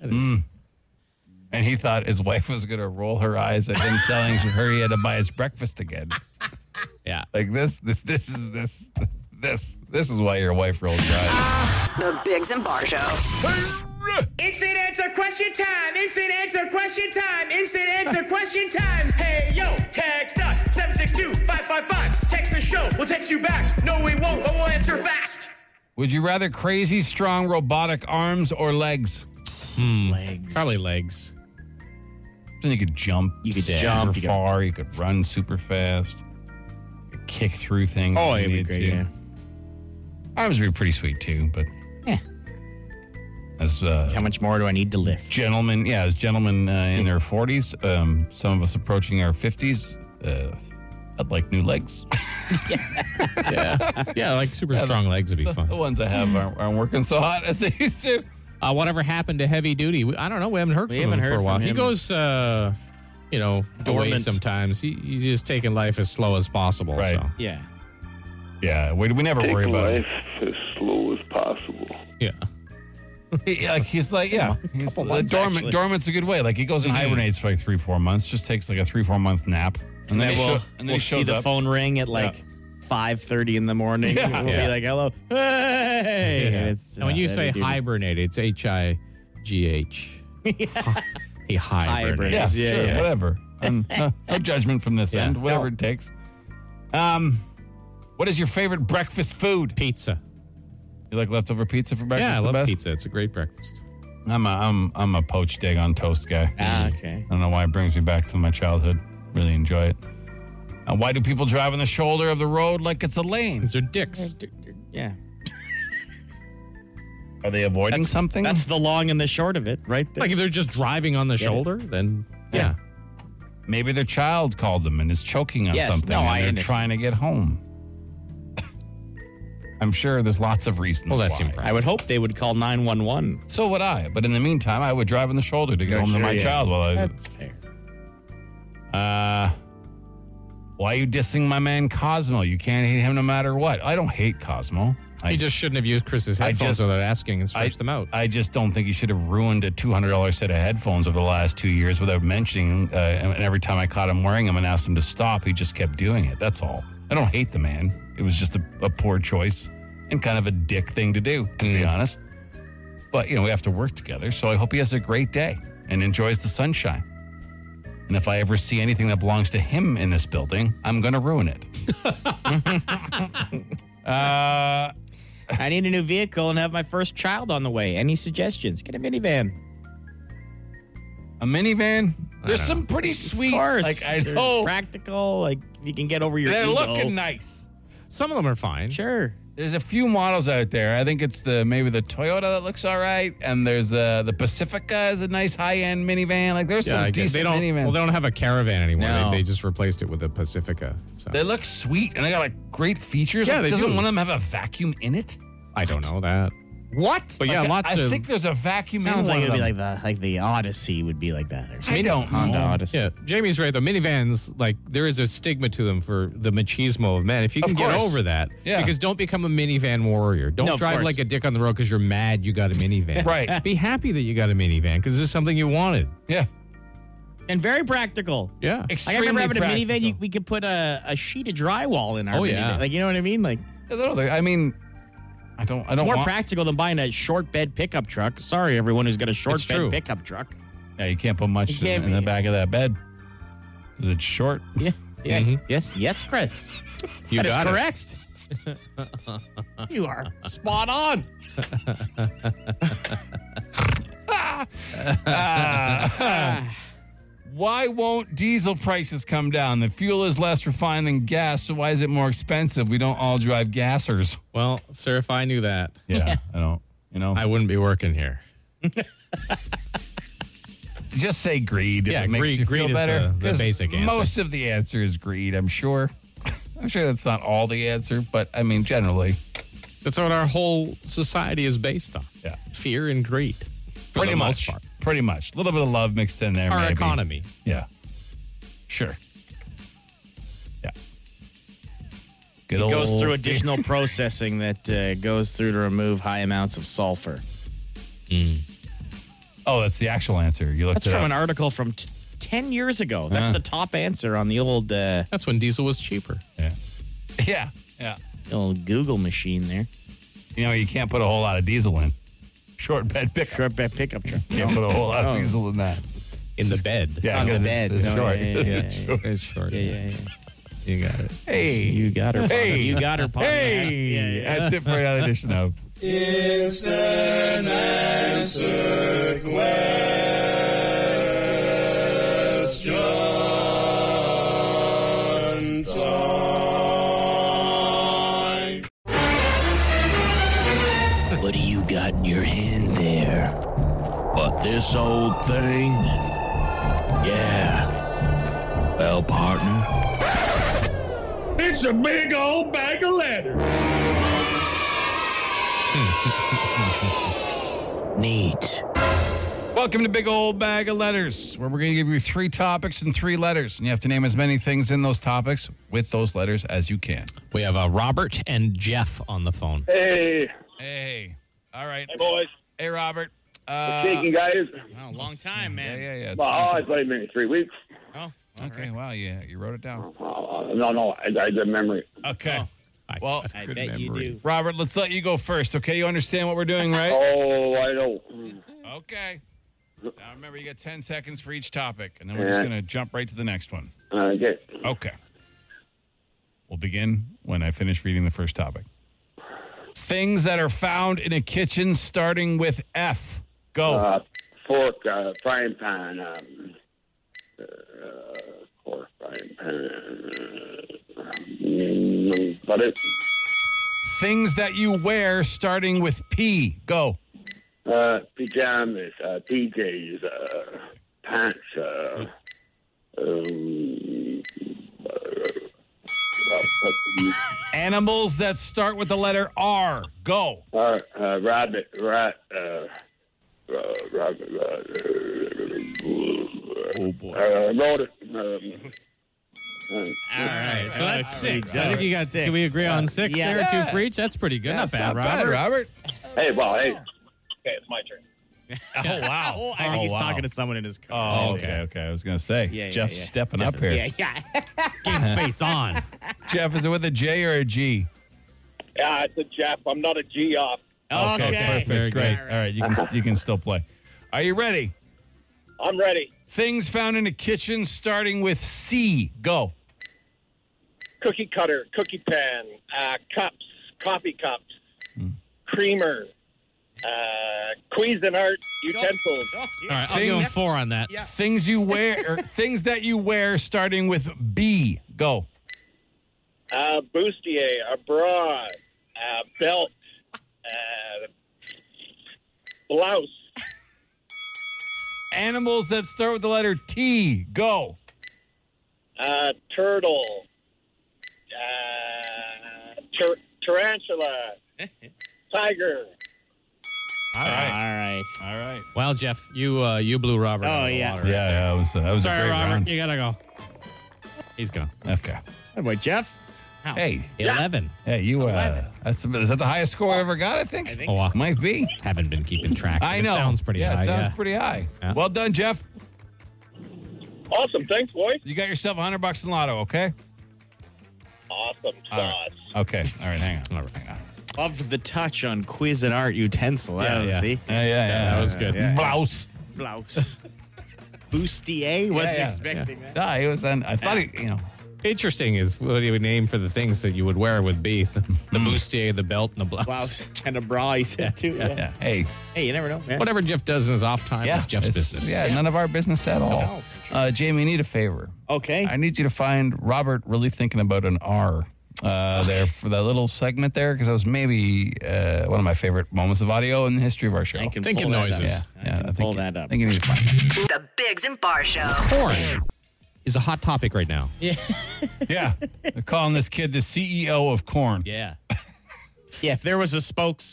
[SPEAKER 2] And he thought his wife was gonna roll her eyes at him telling her he had to buy his breakfast again.
[SPEAKER 3] yeah.
[SPEAKER 2] Like this, this, this is this, this, this is why your wife rolled her eyes.
[SPEAKER 5] The Biggs and Bar Show.
[SPEAKER 9] Instant answer question time. Instant answer question time. Instant answer question time. Hey yo, text us 762-555. Text the show. We'll text you back. No, we won't, but we'll answer fast.
[SPEAKER 2] Would you rather crazy strong robotic arms or legs?
[SPEAKER 4] Legs.
[SPEAKER 3] Probably legs.
[SPEAKER 2] Then you could jump.
[SPEAKER 4] You could
[SPEAKER 2] super
[SPEAKER 4] jump, you could-
[SPEAKER 2] far. You could run super fast. You could kick through things.
[SPEAKER 4] Oh,
[SPEAKER 2] if
[SPEAKER 4] it'd
[SPEAKER 2] we
[SPEAKER 4] be
[SPEAKER 2] needed
[SPEAKER 4] great.
[SPEAKER 2] to.
[SPEAKER 4] Yeah.
[SPEAKER 2] Arms would be pretty sweet too, but
[SPEAKER 4] Yeah.
[SPEAKER 2] as uh,
[SPEAKER 4] How much more do I need to lift?
[SPEAKER 2] gentlemen, yeah, as gentlemen uh, in their forties, um, some of us approaching our fifties, uh, I'd like new legs.
[SPEAKER 3] Yeah, like super strong legs would be
[SPEAKER 2] the
[SPEAKER 3] fun.
[SPEAKER 2] ones I have aren't, aren't working so hot as they used to.
[SPEAKER 3] Uh, whatever happened to heavy duty? We, I don't know. We haven't heard
[SPEAKER 4] We
[SPEAKER 3] from him
[SPEAKER 4] haven't
[SPEAKER 3] for
[SPEAKER 4] heard
[SPEAKER 3] a
[SPEAKER 4] from
[SPEAKER 3] while. He
[SPEAKER 4] him.
[SPEAKER 3] goes, uh, you know, away
[SPEAKER 4] Dormant.
[SPEAKER 3] sometimes. He, he's just taking life as slow as possible.
[SPEAKER 2] Right.
[SPEAKER 3] So.
[SPEAKER 4] Yeah.
[SPEAKER 2] Yeah, we, we never worry
[SPEAKER 10] Take
[SPEAKER 2] about it.
[SPEAKER 10] life as slow as possible.
[SPEAKER 3] Yeah.
[SPEAKER 2] He- like he's like yeah, he's
[SPEAKER 4] couple
[SPEAKER 2] uh,
[SPEAKER 4] months,
[SPEAKER 2] dormant.
[SPEAKER 4] actually.
[SPEAKER 2] Dormant's a good way. Like he goes and
[SPEAKER 3] Mm-hmm.
[SPEAKER 2] hibernates for like three, four months. Just takes like a three, four month nap, and,
[SPEAKER 4] And
[SPEAKER 2] he
[SPEAKER 4] then we'll,
[SPEAKER 2] sho- and then
[SPEAKER 4] we'll
[SPEAKER 2] he
[SPEAKER 4] see
[SPEAKER 2] shows
[SPEAKER 4] the
[SPEAKER 2] up.
[SPEAKER 4] phone ring at like
[SPEAKER 2] Yeah.
[SPEAKER 4] five thirty in the morning.
[SPEAKER 2] Yeah.
[SPEAKER 4] We'll
[SPEAKER 2] Yeah.
[SPEAKER 4] be like, "Hello, hey!"
[SPEAKER 3] Yeah.
[SPEAKER 4] And it's
[SPEAKER 3] and when you
[SPEAKER 4] just
[SPEAKER 3] say
[SPEAKER 4] heavy duty.
[SPEAKER 3] hibernate, it's H I G H. He hibernates.
[SPEAKER 4] Hibernates.
[SPEAKER 2] Yeah,
[SPEAKER 4] Yeah,
[SPEAKER 2] sure,
[SPEAKER 4] yeah.
[SPEAKER 2] whatever. Um, no, no judgment from this
[SPEAKER 3] Yeah.
[SPEAKER 2] end. Whatever it takes. Um, what is your favorite breakfast food?
[SPEAKER 3] Pizza.
[SPEAKER 2] You like leftover pizza for breakfast?
[SPEAKER 3] Yeah, I
[SPEAKER 2] the
[SPEAKER 3] love
[SPEAKER 2] best?
[SPEAKER 3] pizza. It's a great breakfast.
[SPEAKER 2] I'm a I'm I'm a poached egg on toast guy.
[SPEAKER 4] Ah, okay.
[SPEAKER 2] I don't know why it brings me back to my childhood. Really enjoy it. Uh, why do people drive on the shoulder of the road like it's a lane?
[SPEAKER 3] These are dicks.
[SPEAKER 4] Yeah.
[SPEAKER 2] Are they avoiding something?
[SPEAKER 4] That's the long and the short of it, right? There.
[SPEAKER 3] Like if they're just driving on the
[SPEAKER 4] it.
[SPEAKER 3] shoulder, then yeah.
[SPEAKER 2] Maybe their child called them and is choking on
[SPEAKER 4] Yes,
[SPEAKER 2] something
[SPEAKER 4] no,
[SPEAKER 2] and
[SPEAKER 4] I
[SPEAKER 2] they're
[SPEAKER 4] understand.
[SPEAKER 2] trying to get home. I'm sure there's lots of reasons.
[SPEAKER 3] Well, that's
[SPEAKER 2] why.
[SPEAKER 3] impressive.
[SPEAKER 4] I would hope they would call nine one one.
[SPEAKER 2] So would I. But in the meantime, I would drive on the shoulder to get home to my child while I
[SPEAKER 4] That's fair.
[SPEAKER 2] Uh, why are you dissing my man Cosmo? You can't hate him no matter what. I don't hate Cosmo. I
[SPEAKER 3] He just shouldn't have used Chris's
[SPEAKER 2] I
[SPEAKER 3] headphones
[SPEAKER 2] just-
[SPEAKER 3] without asking and
[SPEAKER 2] I,
[SPEAKER 3] stretched them out.
[SPEAKER 2] I just don't think you should have ruined a two hundred dollars set of headphones over the last two years without mentioning. Uh, and every time I caught him wearing them and asked him to stop, he just kept doing it. That's all. I don't hate the man. It was just a, a poor choice and kind of a dick thing to do, to
[SPEAKER 3] Hmm.
[SPEAKER 2] be honest. But you know, we have to work together. So I hope he has a great day and enjoys the sunshine. And if I ever see anything that belongs to him in this building, I'm going to ruin it. uh,
[SPEAKER 4] I need a new vehicle and have my first child on the way. Any suggestions? Get a minivan.
[SPEAKER 2] a minivan. There's some pretty sweet,
[SPEAKER 4] Of course.
[SPEAKER 2] like I
[SPEAKER 4] They're
[SPEAKER 2] know,
[SPEAKER 4] practical. Like if you can get over your
[SPEAKER 2] They're
[SPEAKER 4] ego.
[SPEAKER 2] looking nice.
[SPEAKER 3] Some of them are fine.
[SPEAKER 4] Sure.
[SPEAKER 2] There's a few models out there. I think it's the maybe the Toyota that looks all right, and there's uh, the Pacifica is a nice high end minivan. Like there's
[SPEAKER 3] Yeah,
[SPEAKER 2] some
[SPEAKER 3] I
[SPEAKER 2] decent
[SPEAKER 3] guess. they don't.
[SPEAKER 2] minivans.
[SPEAKER 3] Well, they don't have a caravan anymore.
[SPEAKER 4] No.
[SPEAKER 3] They, they just replaced it with a Pacifica. So
[SPEAKER 2] they look sweet, and they got like great features.
[SPEAKER 3] Yeah,
[SPEAKER 2] Like,
[SPEAKER 3] they
[SPEAKER 2] doesn't
[SPEAKER 3] do.
[SPEAKER 2] one of them have a vacuum in it?
[SPEAKER 3] I don't know that.
[SPEAKER 2] What?
[SPEAKER 3] But yeah,
[SPEAKER 2] Like,
[SPEAKER 3] lots
[SPEAKER 2] I
[SPEAKER 3] of-
[SPEAKER 2] think there's a vacuum in
[SPEAKER 4] Sounds
[SPEAKER 2] one
[SPEAKER 4] like
[SPEAKER 2] of
[SPEAKER 4] it'd be
[SPEAKER 2] them.
[SPEAKER 4] like the like the Odyssey would be like that or
[SPEAKER 2] I
[SPEAKER 4] something.
[SPEAKER 2] don't
[SPEAKER 4] Honda
[SPEAKER 2] know.
[SPEAKER 4] Odyssey.
[SPEAKER 3] Yeah, Jamie's right. The minivans, like there is a stigma to them for the machismo of men. If you can
[SPEAKER 2] Of
[SPEAKER 3] get
[SPEAKER 2] course.
[SPEAKER 3] over that,
[SPEAKER 2] Yeah.
[SPEAKER 3] Because don't become a minivan warrior. Don't
[SPEAKER 4] No, of
[SPEAKER 3] drive
[SPEAKER 4] course.
[SPEAKER 3] like a dick on the road because you're mad you got a minivan.
[SPEAKER 2] Right.
[SPEAKER 3] Be happy that you got a minivan because this is something you wanted.
[SPEAKER 2] Yeah,
[SPEAKER 4] And very practical.
[SPEAKER 3] Yeah.
[SPEAKER 4] Like I remember having
[SPEAKER 2] Extremely
[SPEAKER 4] a minivan, you,
[SPEAKER 2] practical.
[SPEAKER 4] we could put a, a sheet of drywall in our
[SPEAKER 3] Oh,
[SPEAKER 4] minivan.
[SPEAKER 3] yeah.
[SPEAKER 4] Like you know what I mean? Like
[SPEAKER 2] I don't know. I mean, I don't. I
[SPEAKER 4] it's
[SPEAKER 2] don't
[SPEAKER 4] more
[SPEAKER 2] want.
[SPEAKER 4] practical than buying a short bed pickup truck. Sorry, everyone who's got a short
[SPEAKER 3] It's
[SPEAKER 4] bed
[SPEAKER 3] true.
[SPEAKER 4] pickup truck.
[SPEAKER 2] yeah, you can't put
[SPEAKER 4] It
[SPEAKER 2] much in,
[SPEAKER 4] can't
[SPEAKER 2] in the
[SPEAKER 4] be.
[SPEAKER 2] back of that bed because it's short.
[SPEAKER 4] Yeah. Yeah.
[SPEAKER 3] Mhm.
[SPEAKER 4] Yes. Yes, Chris.
[SPEAKER 3] You
[SPEAKER 4] that is
[SPEAKER 3] got it.
[SPEAKER 4] correct. you are spot on.
[SPEAKER 2] Why won't diesel prices come down? The fuel is less refined than gas, so why is it more expensive? We don't all drive gassers.
[SPEAKER 3] Well, sir, if I knew that,
[SPEAKER 2] Yeah, I don't. You know,
[SPEAKER 3] I wouldn't be working here.
[SPEAKER 2] just say greed.
[SPEAKER 3] Yeah,
[SPEAKER 2] if it makes
[SPEAKER 3] greed-
[SPEAKER 2] you
[SPEAKER 3] greed
[SPEAKER 2] feel
[SPEAKER 3] is
[SPEAKER 2] better.
[SPEAKER 3] the- the
[SPEAKER 2] 'Cause
[SPEAKER 3] basic answer.
[SPEAKER 2] Most of the answer is greed. I'm sure. I'm sure that's not all the answer, but I mean generally,
[SPEAKER 3] That's what our whole society is based on.
[SPEAKER 2] Yeah.
[SPEAKER 3] Fear and greed. for
[SPEAKER 2] pretty
[SPEAKER 3] the most
[SPEAKER 2] much,
[SPEAKER 3] part.
[SPEAKER 2] pretty much. A little bit of love mixed in there.
[SPEAKER 3] Our
[SPEAKER 2] maybe.
[SPEAKER 3] economy.
[SPEAKER 2] Yeah. Sure. Yeah. Good
[SPEAKER 4] It goes through
[SPEAKER 2] old-
[SPEAKER 4] additional processing that uh, goes through to remove high amounts of sulfur.
[SPEAKER 2] Oh, that's the actual answer. You looked
[SPEAKER 4] That's
[SPEAKER 2] it
[SPEAKER 4] from
[SPEAKER 2] up.
[SPEAKER 4] an article from t- 10 years ago. That's the top answer on the old uh,
[SPEAKER 3] That's when diesel was cheaper.
[SPEAKER 2] yeah. Yeah. Yeah.
[SPEAKER 4] old Google machine there.
[SPEAKER 2] You know, you can't put a whole lot of diesel in. Short bed pickup.
[SPEAKER 4] Short bed pickup truck.
[SPEAKER 2] Can't put a whole lot
[SPEAKER 4] Oh.
[SPEAKER 2] of diesel in that.
[SPEAKER 3] In the bed.
[SPEAKER 2] Yeah,
[SPEAKER 4] On the
[SPEAKER 2] because
[SPEAKER 4] bed.
[SPEAKER 2] It's, it's
[SPEAKER 4] No,
[SPEAKER 2] short.
[SPEAKER 4] yeah, yeah, yeah,
[SPEAKER 2] It's short.
[SPEAKER 3] It's short.
[SPEAKER 4] Yeah, yeah, yeah.
[SPEAKER 3] You got it.
[SPEAKER 2] Hey,
[SPEAKER 4] You got her. partner.
[SPEAKER 2] Hey.
[SPEAKER 4] You got her. partner.
[SPEAKER 2] Hey, that's it for another edition of Instant Answer Question
[SPEAKER 11] old thing? Yeah. Well, partner. It's a big old bag of letters.
[SPEAKER 2] Neat. Welcome to Big Old Bag of Letters, where we're going to give you three topics and three letters, and you have to name as many things in those topics with those letters as you can.
[SPEAKER 3] We have uh, Robert and Jeff on the phone.
[SPEAKER 2] Hey. Hey. All right. Hey, boys. Hey, Robert. Uh,
[SPEAKER 7] Shaking, guys.
[SPEAKER 3] Oh,
[SPEAKER 4] Wow, long time, man.
[SPEAKER 2] Yeah, yeah, yeah.
[SPEAKER 7] Well, I played maybe three weeks.
[SPEAKER 2] Okay, wow, yeah, you wrote it down.
[SPEAKER 7] Uh, no, no, I, I did memory.
[SPEAKER 2] Okay. well, I
[SPEAKER 7] bet you do.
[SPEAKER 2] Robert, let's let you go first, okay? You understand what we're doing, right?
[SPEAKER 7] Oh, I know.
[SPEAKER 2] Okay. Now remember, you got 10 seconds for each topic, and then we're just
[SPEAKER 7] Yeah.
[SPEAKER 2] going to jump right to the next one.
[SPEAKER 7] Uh, Okay.
[SPEAKER 2] Okay. We'll begin when I finish reading the first topic. Things that are found in a kitchen starting with F. Go.
[SPEAKER 7] Uh, fork, uh, frying pan, um, uh, fork, frying pan. Um, but it,
[SPEAKER 2] Things that you wear starting with P. Go.
[SPEAKER 7] uh, pajamas, uh, PJs, uh, pants, uh, um,
[SPEAKER 2] Animals that start with the letter R. Go.
[SPEAKER 7] uh, uh, rabbit, rat, uh, uh, rabbit, uh, oh boy, uh, rodent, um,
[SPEAKER 3] All right, so that's
[SPEAKER 7] All right,
[SPEAKER 3] six. I think you got.
[SPEAKER 7] six.
[SPEAKER 3] Can we agree on six
[SPEAKER 7] Yeah.
[SPEAKER 3] there,
[SPEAKER 7] Yeah.
[SPEAKER 3] two for each? That's pretty good.
[SPEAKER 7] That's
[SPEAKER 3] not bad,
[SPEAKER 7] not bad,
[SPEAKER 3] Robert.
[SPEAKER 7] Robert. Hey, well, hey.
[SPEAKER 12] Okay, it's my turn.
[SPEAKER 2] Oh wow!
[SPEAKER 4] Oh, I think he's talking to
[SPEAKER 2] someone in his car. Oh, okay, okay. I was gonna say
[SPEAKER 4] Yeah, yeah,
[SPEAKER 2] Jeff's
[SPEAKER 4] yeah.
[SPEAKER 2] stepping
[SPEAKER 4] Jeff
[SPEAKER 2] up
[SPEAKER 4] is-
[SPEAKER 2] here.
[SPEAKER 4] Yeah,
[SPEAKER 12] Game
[SPEAKER 2] face on. Jeff, is it with a J or a G?
[SPEAKER 12] Yeah, it's a Jeff. I'm not a G off.
[SPEAKER 2] perfect, great. All right, you can you can still play. Are you ready?
[SPEAKER 12] I'm ready.
[SPEAKER 2] Things found in a kitchen starting with C. Go.
[SPEAKER 12] Cookie cutter, cookie pan, uh, cups, coffee cups,
[SPEAKER 10] Hmm.
[SPEAKER 12] creamer, uh, Cuisinart utensils.
[SPEAKER 3] All right, I'll give him four on that.
[SPEAKER 2] Things you wear, or things that you wear starting with B. Go.
[SPEAKER 12] Uh, bustier, a bra, uh, belt, uh, blouse,
[SPEAKER 2] Animals that start with the letter T. Go.
[SPEAKER 12] uh, turtle, uh, tar- tarantula, tiger.
[SPEAKER 2] All
[SPEAKER 4] right.
[SPEAKER 2] All right. All right.
[SPEAKER 3] Well, Jeff, you uh, you blew Robert.
[SPEAKER 2] Oh,
[SPEAKER 3] out of the
[SPEAKER 2] yeah.
[SPEAKER 3] water.
[SPEAKER 2] Yeah, yeah, that was- that was a
[SPEAKER 3] Sorry,
[SPEAKER 2] great
[SPEAKER 3] Robert.
[SPEAKER 2] round.
[SPEAKER 3] You gotta go. He's gone.
[SPEAKER 2] Okay.
[SPEAKER 4] Boy, Jeff. How?
[SPEAKER 2] Hey,
[SPEAKER 3] eleven.
[SPEAKER 2] Hey, you. Uh, that's is that the highest score I ever got? I think. I think
[SPEAKER 3] so.
[SPEAKER 2] Might be.
[SPEAKER 3] Oh, Haven't been keeping track.
[SPEAKER 2] I
[SPEAKER 3] It
[SPEAKER 2] know.
[SPEAKER 3] sounds pretty
[SPEAKER 2] yeah, it
[SPEAKER 3] high,
[SPEAKER 2] Sounds
[SPEAKER 3] yeah.
[SPEAKER 2] pretty high.
[SPEAKER 3] Yeah.
[SPEAKER 2] Well done, Jeff.
[SPEAKER 12] Awesome. Thanks, boys.
[SPEAKER 2] You got yourself hundred bucks in lotto. Okay.
[SPEAKER 12] Awesome
[SPEAKER 2] All right.
[SPEAKER 12] sauce.
[SPEAKER 2] Okay. All right. Hang on. All right.
[SPEAKER 4] Love the touch on quiz and art utensil.
[SPEAKER 2] Yeah,
[SPEAKER 4] that was,
[SPEAKER 2] yeah.
[SPEAKER 4] See?
[SPEAKER 2] Yeah, yeah, yeah, that was good. Blouse.
[SPEAKER 4] Blouse. Bustier? Wasn't expecting that.
[SPEAKER 2] Nah, he was. On, I thought he, you know.
[SPEAKER 3] Interesting is what do you would name for the things that you would wear with B? The
[SPEAKER 2] Hmm.
[SPEAKER 3] bustier, the belt, and the blouse.
[SPEAKER 4] Blouse and a bra, he said, too. Yeah.
[SPEAKER 2] Hey.
[SPEAKER 4] Hey, you never know. man.
[SPEAKER 3] Whatever Jeff does in his off time is Jeff's
[SPEAKER 2] it's-
[SPEAKER 3] business.
[SPEAKER 2] Yeah, none of our business at all. Uh, Jamie, I need a favor.
[SPEAKER 4] Okay.
[SPEAKER 2] I need you to find Robert really thinking about an R uh, there for that little segment there because that was maybe uh, one of my favorite moments of audio in the history of our show. I
[SPEAKER 4] can Thinking pull that up. noises.
[SPEAKER 2] Yeah, yeah, I think, pull
[SPEAKER 4] that up.
[SPEAKER 2] I think you need to find
[SPEAKER 5] The Biggs and Bar Show.
[SPEAKER 3] Foreign is a hot topic right now.
[SPEAKER 5] Yeah.
[SPEAKER 2] Yeah. They're calling this kid the CEO of corn.
[SPEAKER 3] Yeah.
[SPEAKER 4] yeah, if there was a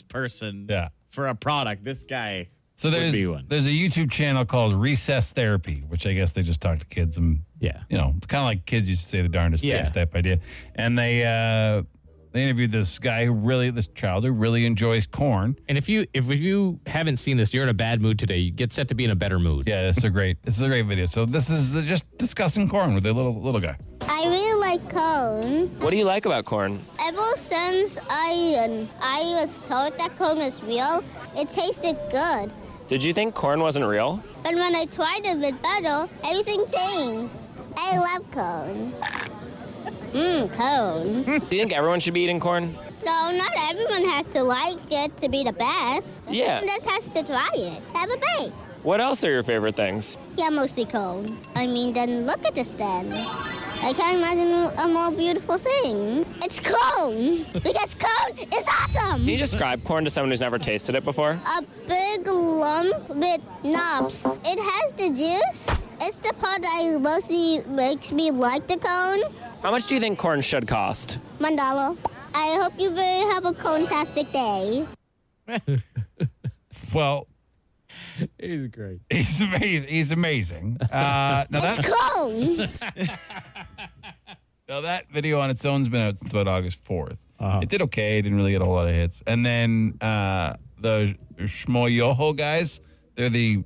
[SPEAKER 4] spokesperson
[SPEAKER 2] yeah.
[SPEAKER 4] for a product, this guy
[SPEAKER 2] So
[SPEAKER 4] would
[SPEAKER 2] there's
[SPEAKER 4] be one.
[SPEAKER 2] there's a YouTube channel called Recess Therapy, which I guess they just talk to kids and
[SPEAKER 3] yeah,
[SPEAKER 2] you know, kind of like kids used to say the darndest
[SPEAKER 4] Yeah.
[SPEAKER 2] things type idea. And they uh, they interviewed this guy who really this child who really enjoys corn.
[SPEAKER 3] And if you if you haven't seen this, you're in a bad mood today. You get set to be in a better mood.
[SPEAKER 2] Yeah, that's a great this is a great video. So this is the, just discussing corn with a little little guy.
[SPEAKER 13] I really like cone.
[SPEAKER 14] What do you like about corn?
[SPEAKER 13] Ever since I I was told that cone is real, it tasted good.
[SPEAKER 14] Did you think corn wasn't real?
[SPEAKER 13] But when I tried it with butter, everything changed. I love cone. Mmm, cone.
[SPEAKER 14] do you think everyone should be eating corn?
[SPEAKER 13] No, not everyone has to like it to be the best.
[SPEAKER 14] Yeah.
[SPEAKER 13] Everyone just has to try it. Have a bite.
[SPEAKER 14] What else are your favorite things?
[SPEAKER 13] Yeah, mostly cone. I mean, then look at this then. I can't imagine a more beautiful thing. It's cone because cone is awesome.
[SPEAKER 14] Can you describe corn to someone who's never tasted it before?
[SPEAKER 13] A big lump with knobs. It has the juice. It's the part that mostly makes me like the cone.
[SPEAKER 14] How much do you think corn should cost?
[SPEAKER 13] Mandala. I hope you very have a cone-tastic day.
[SPEAKER 2] Well,
[SPEAKER 3] He's great.
[SPEAKER 2] he's amazing. He's amazing. Uh, now,
[SPEAKER 13] It's
[SPEAKER 2] that,
[SPEAKER 13] cone.
[SPEAKER 2] now that video on its own's been out since about August 4th. It did okay. It didn't really get a whole lot of hits. And then uh, the Shmoyoho guys, they're the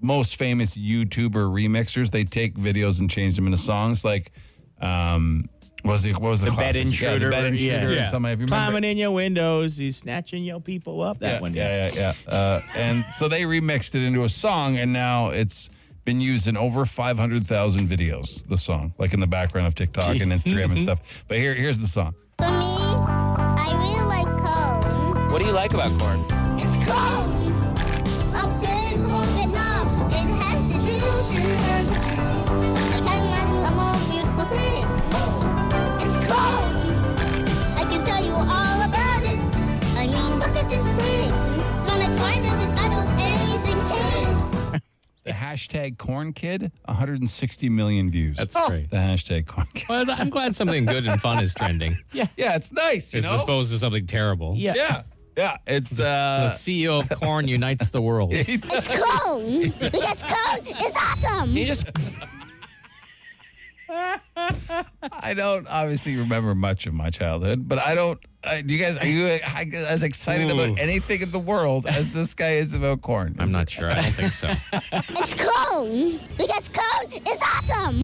[SPEAKER 2] most famous YouTuber remixers. They take videos and change them into songs. Like, um, what was the, what was the,
[SPEAKER 4] The bed
[SPEAKER 2] classic? Yeah,
[SPEAKER 4] intruder.
[SPEAKER 2] the bed intruder. Yeah. Something. If you remember,
[SPEAKER 4] Climbing in your windows. He's snatching your people up. That
[SPEAKER 2] yeah,
[SPEAKER 4] one.
[SPEAKER 2] Yeah, yeah, yeah. Uh, and so they remixed it into a song, and now it's been used in over 500,000 videos, the song, like in the background of TikTok and Instagram and stuff. But here, here's the song.
[SPEAKER 13] For me, I really like cone.
[SPEAKER 14] What do you like about corn?
[SPEAKER 13] It's cone. A big lump with knobs. It has the juice. I can't imagine a more beautiful thing. It's cone. I can tell you all about it. I mean, look at this thing. When I tried it, it I don't anything changed.
[SPEAKER 2] The hashtag corn kid, 160 million views. That's
[SPEAKER 3] great.
[SPEAKER 2] The hashtag corn kid.
[SPEAKER 3] Well, I'm glad something good and fun is trending.
[SPEAKER 2] Yeah, it's nice. You
[SPEAKER 3] It's
[SPEAKER 2] know?
[SPEAKER 3] opposed to something terrible.
[SPEAKER 2] Yeah. Yeah. Yeah. It's,
[SPEAKER 3] The
[SPEAKER 2] uh,
[SPEAKER 3] CEO of Corn unites the world.
[SPEAKER 13] It's cone. because cone is awesome.
[SPEAKER 14] Can you just
[SPEAKER 2] I don't obviously remember much of my childhood, but I don't. Uh, do you guys, are you uh, as excited
[SPEAKER 3] Ooh.
[SPEAKER 2] about anything in the world as this guy is about corn?
[SPEAKER 3] I'm not sure. I don't think so.
[SPEAKER 13] It's cone. Because cone is awesome.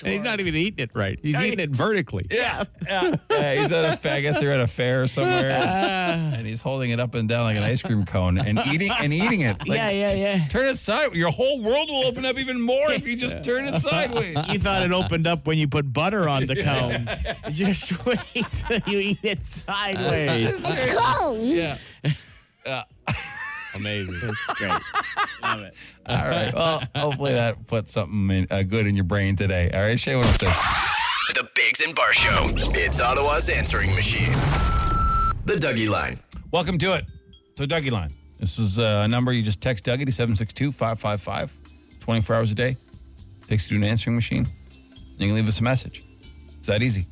[SPEAKER 3] He's not even eating it right. He's eating it vertically.
[SPEAKER 2] Yeah, yeah, yeah. He's at a, fa- I guess they're at a fair somewhere, and he's holding it up and down like an ice cream cone, and eating and eating it. Like,
[SPEAKER 4] yeah, yeah, yeah.
[SPEAKER 2] Turn it sideways. Your whole world will open up even more if you just turn it sideways.
[SPEAKER 4] You thought it opened up when you put butter on the cone. Just wait till you eat it sideways.
[SPEAKER 13] It's cone.
[SPEAKER 2] Yeah.
[SPEAKER 3] Amazing.
[SPEAKER 4] That's great. Love it.
[SPEAKER 2] All right. Well, hopefully that put something in, uh, good in your brain today. All right, Shay, what up, there?
[SPEAKER 1] The Bigs and Bar Show. It's Ottawa's answering machine. The Dougie Line.
[SPEAKER 2] Welcome to it. So, Dougie line. This is uh, a number you just text Dougie to 762 555, 24 hours a day. Takes you to an answering machine. And you can leave us a message. It's that easy.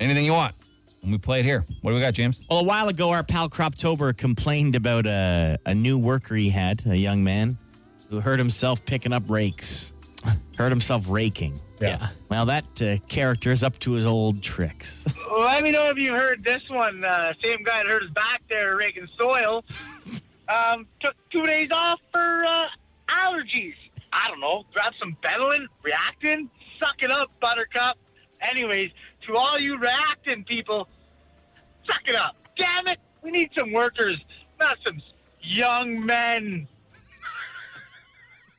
[SPEAKER 2] Anything you want. And we play it here. What do we got, James?
[SPEAKER 4] Well, a while ago, our pal Croptober complained about a, a new worker he had, a young man who hurt himself picking up rakes, hurt himself raking.
[SPEAKER 2] Yeah.
[SPEAKER 4] Well, that uh, character is up to his old tricks.
[SPEAKER 12] Let me know if you heard this one. Uh, same guy that hurt his back there raking soil. Um, took two days off for uh, allergies. I don't know. Grab some Benylin, reactin, suck it up, Buttercup. Anyways, to all you reactin people, suck it up. Damn it, we need some workers, not some young men.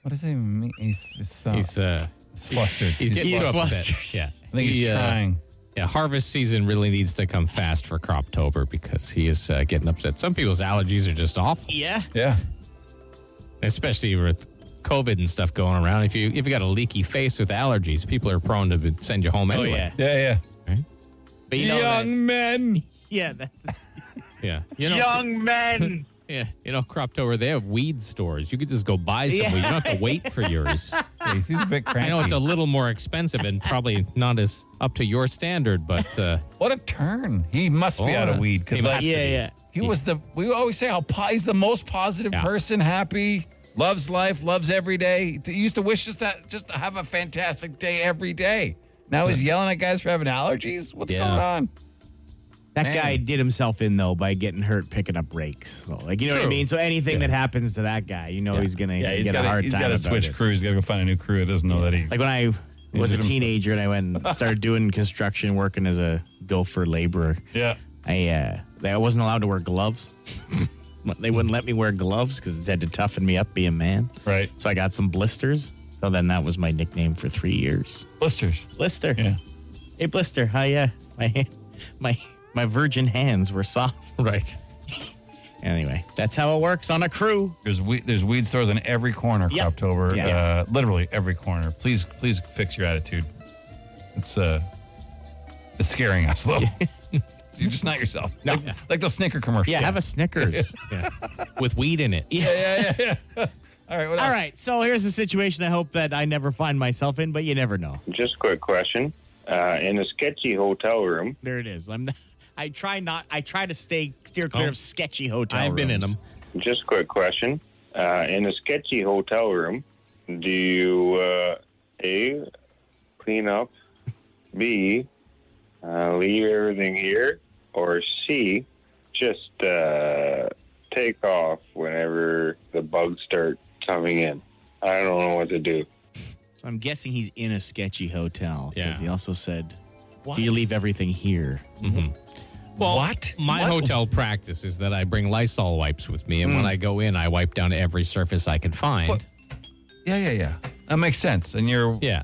[SPEAKER 2] What does it mean? He's, he's, uh,
[SPEAKER 3] He's uh,
[SPEAKER 2] he's flustered.
[SPEAKER 3] he's getting
[SPEAKER 4] He's
[SPEAKER 3] flustered.
[SPEAKER 4] flustered.
[SPEAKER 3] Yeah.
[SPEAKER 2] I think he's
[SPEAKER 3] He, uh,
[SPEAKER 2] trying.
[SPEAKER 3] Yeah, harvest season really needs to come fast for Croptober because he is uh, getting upset. Some people's allergies are just awful,
[SPEAKER 4] yeah.
[SPEAKER 2] Yeah.
[SPEAKER 3] especially with COVID and stuff going around. If you if you got a leaky face with allergies, people are prone to be- send you
[SPEAKER 4] Oh,
[SPEAKER 3] home anyway.
[SPEAKER 2] Yeah,
[SPEAKER 4] But
[SPEAKER 2] yeah.
[SPEAKER 4] you know that-
[SPEAKER 2] Young men.
[SPEAKER 4] yeah, that's.
[SPEAKER 3] yeah, yeah. You know,
[SPEAKER 12] young men.
[SPEAKER 3] yeah, you know, Croptober they have weed stores. You could just go buy some
[SPEAKER 4] Yeah.
[SPEAKER 3] weed. You don't have to wait for yours.
[SPEAKER 2] Yeah, he seems a bit cranky.
[SPEAKER 3] I know it's a little more expensive and probably not as up to your standard, but uh,
[SPEAKER 2] what a turn. He must be
[SPEAKER 3] Oh,
[SPEAKER 2] out of
[SPEAKER 3] yeah.
[SPEAKER 2] weed because
[SPEAKER 3] He
[SPEAKER 2] like,
[SPEAKER 3] must be.
[SPEAKER 4] Yeah, yeah.
[SPEAKER 2] He was the. We always say how po- he's the most positive
[SPEAKER 3] Yeah.
[SPEAKER 2] person, happy, loves life, loves every day. He used to wish us that just to have a fantastic day every day. Now he's yelling at guys for having allergies. What's
[SPEAKER 3] Yeah.
[SPEAKER 2] going on?
[SPEAKER 4] That
[SPEAKER 2] Man.
[SPEAKER 4] guy did himself in though by getting hurt picking up rakes. So, like you know what
[SPEAKER 3] True.
[SPEAKER 4] I mean. So anything
[SPEAKER 3] Yeah.
[SPEAKER 4] that happens to that guy, you know he's gonna get a hard time. about it.
[SPEAKER 2] crew. He's got to go find a new crew that doesn't know that he.
[SPEAKER 4] Like when I was
[SPEAKER 2] did
[SPEAKER 4] a
[SPEAKER 2] himself.
[SPEAKER 4] teenager and I went and started doing construction, working as a gopher laborer.
[SPEAKER 2] yeah.
[SPEAKER 4] I uh, I wasn't allowed to wear gloves. they wouldn't let me wear gloves because it had to toughen me up, be a man.
[SPEAKER 2] Right.
[SPEAKER 4] So I got some blisters. So then that was my nickname for three years.
[SPEAKER 2] Blisters.
[SPEAKER 4] Blister.
[SPEAKER 2] Yeah.
[SPEAKER 4] Hey, uh, blister. Hi, yeah. My hand, my my virgin hands were soft.
[SPEAKER 3] right.
[SPEAKER 4] Anyway, that's how it works on a crew.
[SPEAKER 2] There's weed, there's weed stores on every corner.
[SPEAKER 4] Yep.
[SPEAKER 2] Croptober,
[SPEAKER 4] Yeah.
[SPEAKER 2] uh, literally every corner. Please, please fix your attitude. It's uh, it's scaring us though. You're just not yourself. No, like, like the Snicker commercial.
[SPEAKER 4] Yeah, have a Snickers.
[SPEAKER 3] yeah. with weed in it.
[SPEAKER 2] yeah, yeah, yeah. All right, what else?
[SPEAKER 4] All right, so here's a situation I hope that I never find myself in, but you never know.
[SPEAKER 7] Just a quick question. Uh, in a sketchy hotel room,
[SPEAKER 4] There it is. I'm. I try not. I try to stay steer clear
[SPEAKER 7] Oh.
[SPEAKER 4] of sketchy hotel.
[SPEAKER 7] I've been in
[SPEAKER 4] rooms.
[SPEAKER 7] just a quick question. Uh, in a sketchy hotel room, do you uh, A, clean up, B, uh, leave everything here, or C, just uh, take off whenever the bugs start coming in? I don't know what to do.
[SPEAKER 4] So I'm guessing he's in a sketchy hotel. 'cause
[SPEAKER 3] Yeah.
[SPEAKER 4] He also said, "Do you leave everything here?"
[SPEAKER 3] Mm-hmm. Well,
[SPEAKER 4] What?
[SPEAKER 3] My
[SPEAKER 4] What?
[SPEAKER 3] hotel practice is that I bring Lysol wipes with me, and when I go in, I wipe down every surface I can find.
[SPEAKER 2] Yeah, yeah, yeah. That makes sense. And you're
[SPEAKER 3] yeah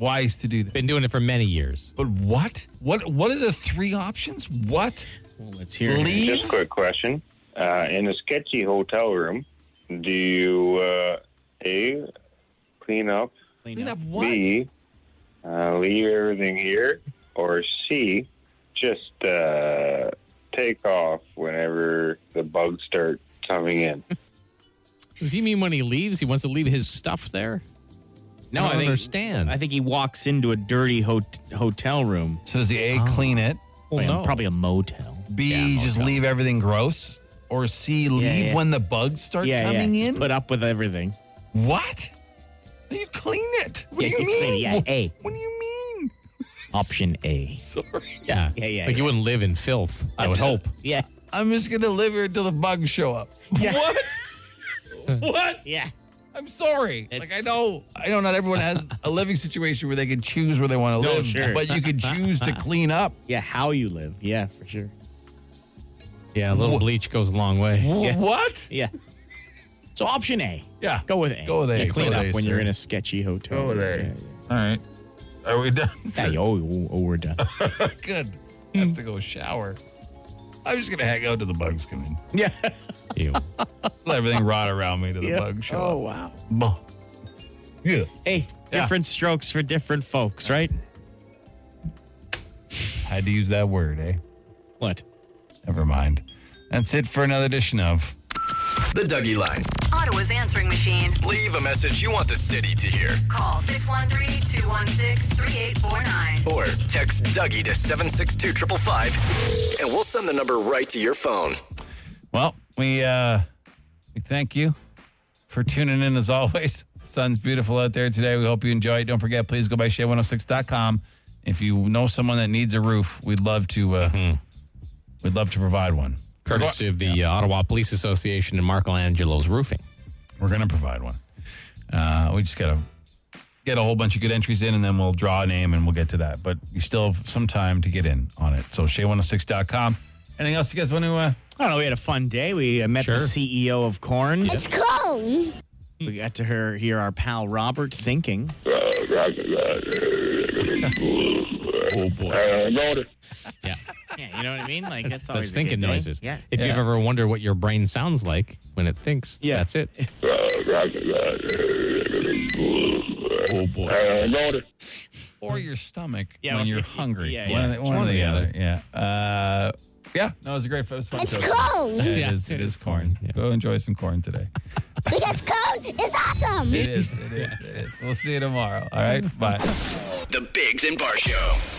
[SPEAKER 2] wise to do that.
[SPEAKER 3] Been doing it for many years.
[SPEAKER 2] But what? What? What are the three options? What?
[SPEAKER 4] Well, let's
[SPEAKER 7] Just a quick question. Uh, in a sketchy hotel room, do you uh, A, clean up,
[SPEAKER 2] Clean up what?
[SPEAKER 7] B, uh, leave everything here, or C, just uh, take off whenever the bugs start coming in?
[SPEAKER 3] Does he mean when he leaves, he wants to leave his stuff there?
[SPEAKER 4] No,
[SPEAKER 3] I,
[SPEAKER 4] I
[SPEAKER 3] don't
[SPEAKER 4] think-
[SPEAKER 3] understand.
[SPEAKER 4] I think he walks into a dirty ho- hotel room.
[SPEAKER 2] So does he a clean it?
[SPEAKER 3] Well, Oh, no.
[SPEAKER 4] Probably a motel.
[SPEAKER 2] B, just leave everything gross, or C, leave
[SPEAKER 4] yeah.
[SPEAKER 2] when the bugs start
[SPEAKER 4] yeah,
[SPEAKER 2] coming
[SPEAKER 4] yeah.
[SPEAKER 2] in.
[SPEAKER 4] Put up with everything.
[SPEAKER 2] What? You clean it. What
[SPEAKER 4] Yeah,
[SPEAKER 2] do you
[SPEAKER 4] you
[SPEAKER 2] mean?
[SPEAKER 4] clean it. Yeah,
[SPEAKER 2] What-
[SPEAKER 4] A.
[SPEAKER 2] What do you mean?
[SPEAKER 4] Option A.
[SPEAKER 2] Sorry.
[SPEAKER 3] yeah.
[SPEAKER 4] Yeah, yeah,
[SPEAKER 3] Like
[SPEAKER 4] yeah.
[SPEAKER 3] you wouldn't live in filth, I would hope.
[SPEAKER 4] Yeah.
[SPEAKER 2] I'm just gonna live here until the bugs show up. What? what?
[SPEAKER 4] Yeah.
[SPEAKER 2] I'm sorry. like I know, I know, not everyone has a living situation where they can choose where they want to
[SPEAKER 4] No,
[SPEAKER 2] live,
[SPEAKER 4] sure.
[SPEAKER 2] but you could choose to clean up.
[SPEAKER 4] Yeah, how you live. Yeah, for sure.
[SPEAKER 3] Yeah, a little
[SPEAKER 2] Wha-
[SPEAKER 3] bleach goes a long way.
[SPEAKER 2] Wh-
[SPEAKER 4] Yeah.
[SPEAKER 2] What?
[SPEAKER 4] Yeah. So option A.
[SPEAKER 2] Yeah.
[SPEAKER 4] Go with A.
[SPEAKER 2] Go with A.
[SPEAKER 4] You clean
[SPEAKER 2] Go with
[SPEAKER 4] up
[SPEAKER 2] A,
[SPEAKER 4] when
[SPEAKER 2] sir.
[SPEAKER 4] you're in a sketchy hotel.
[SPEAKER 2] Go with A.
[SPEAKER 4] Yeah,
[SPEAKER 2] All right. Are we done? Hmm.
[SPEAKER 4] yeah. Hey, oh, oh, oh, we're done.
[SPEAKER 2] Good. I have to go shower. I'm just gonna hang out till the bugs come in.
[SPEAKER 4] yeah.
[SPEAKER 3] Ew.
[SPEAKER 2] Let everything rot around me to the
[SPEAKER 4] Yeah.
[SPEAKER 2] bugs show
[SPEAKER 4] Oh
[SPEAKER 2] up.
[SPEAKER 4] wow.
[SPEAKER 2] Bah. Yeah.
[SPEAKER 4] Hey, different strokes for different folks, right?
[SPEAKER 2] Had to use that word, eh?
[SPEAKER 4] What?
[SPEAKER 2] Never mind. That's it for another edition of
[SPEAKER 1] The Dougie Line.
[SPEAKER 5] Ottawa's answering machine.
[SPEAKER 1] Leave a message you want the city to hear.
[SPEAKER 5] Call 613 216 3849.
[SPEAKER 1] Or text Dougie to 762 555 and we'll send the number right to your phone.
[SPEAKER 2] Well, we uh we thank you for tuning in as always. Sun's beautiful out there today. We hope you enjoy it. Don't forget, please go by shay106.com. If you know someone that needs a roof, we'd love to uh we'd love to provide one.
[SPEAKER 3] Courtesy of the uh, Ottawa Police Association and Michelangelo's Roofing.
[SPEAKER 2] We're gonna provide one. Uh we just gotta get a whole bunch of good entries in and then we'll draw a name and we'll get to that. But you still have some time to get in on it. So shay106.com. Anything else you guys want to uh
[SPEAKER 4] I don't know. We had a fun day. We uh, met the
[SPEAKER 3] Sure.
[SPEAKER 4] CEO of Corn.
[SPEAKER 13] It's cold.
[SPEAKER 4] We got to hear, hear our pal Robert thinking.
[SPEAKER 2] oh boy.
[SPEAKER 4] Yeah, you know what I mean? Like that's,
[SPEAKER 3] That's,
[SPEAKER 4] always a
[SPEAKER 3] thinking
[SPEAKER 4] good day.
[SPEAKER 3] noises.
[SPEAKER 4] Yeah.
[SPEAKER 3] If
[SPEAKER 2] Yeah.
[SPEAKER 3] you've ever wondered what your brain sounds like when it thinks,
[SPEAKER 4] Yeah.
[SPEAKER 3] that's it.
[SPEAKER 2] Oh boy. or your stomach
[SPEAKER 4] Yeah,
[SPEAKER 2] when
[SPEAKER 4] well,
[SPEAKER 2] you're
[SPEAKER 4] yeah,
[SPEAKER 2] hungry.
[SPEAKER 4] yeah,
[SPEAKER 2] one
[SPEAKER 4] yeah.
[SPEAKER 2] of the, one
[SPEAKER 3] One
[SPEAKER 2] or
[SPEAKER 3] or
[SPEAKER 2] the
[SPEAKER 3] the
[SPEAKER 2] other. Yeah. Uh, yeah. No, it was a great. It was fun.
[SPEAKER 13] It's
[SPEAKER 2] show.
[SPEAKER 13] corn.
[SPEAKER 2] Yeah,
[SPEAKER 3] Yeah,
[SPEAKER 2] it is. It
[SPEAKER 3] it
[SPEAKER 2] is
[SPEAKER 3] is
[SPEAKER 2] corn.
[SPEAKER 3] corn, yeah.
[SPEAKER 2] Go enjoy some corn today.
[SPEAKER 13] Because cold is awesome.
[SPEAKER 2] It is. It is. It is. We'll see you tomorrow. All right. Bye.
[SPEAKER 1] The Bigs and Bar Show.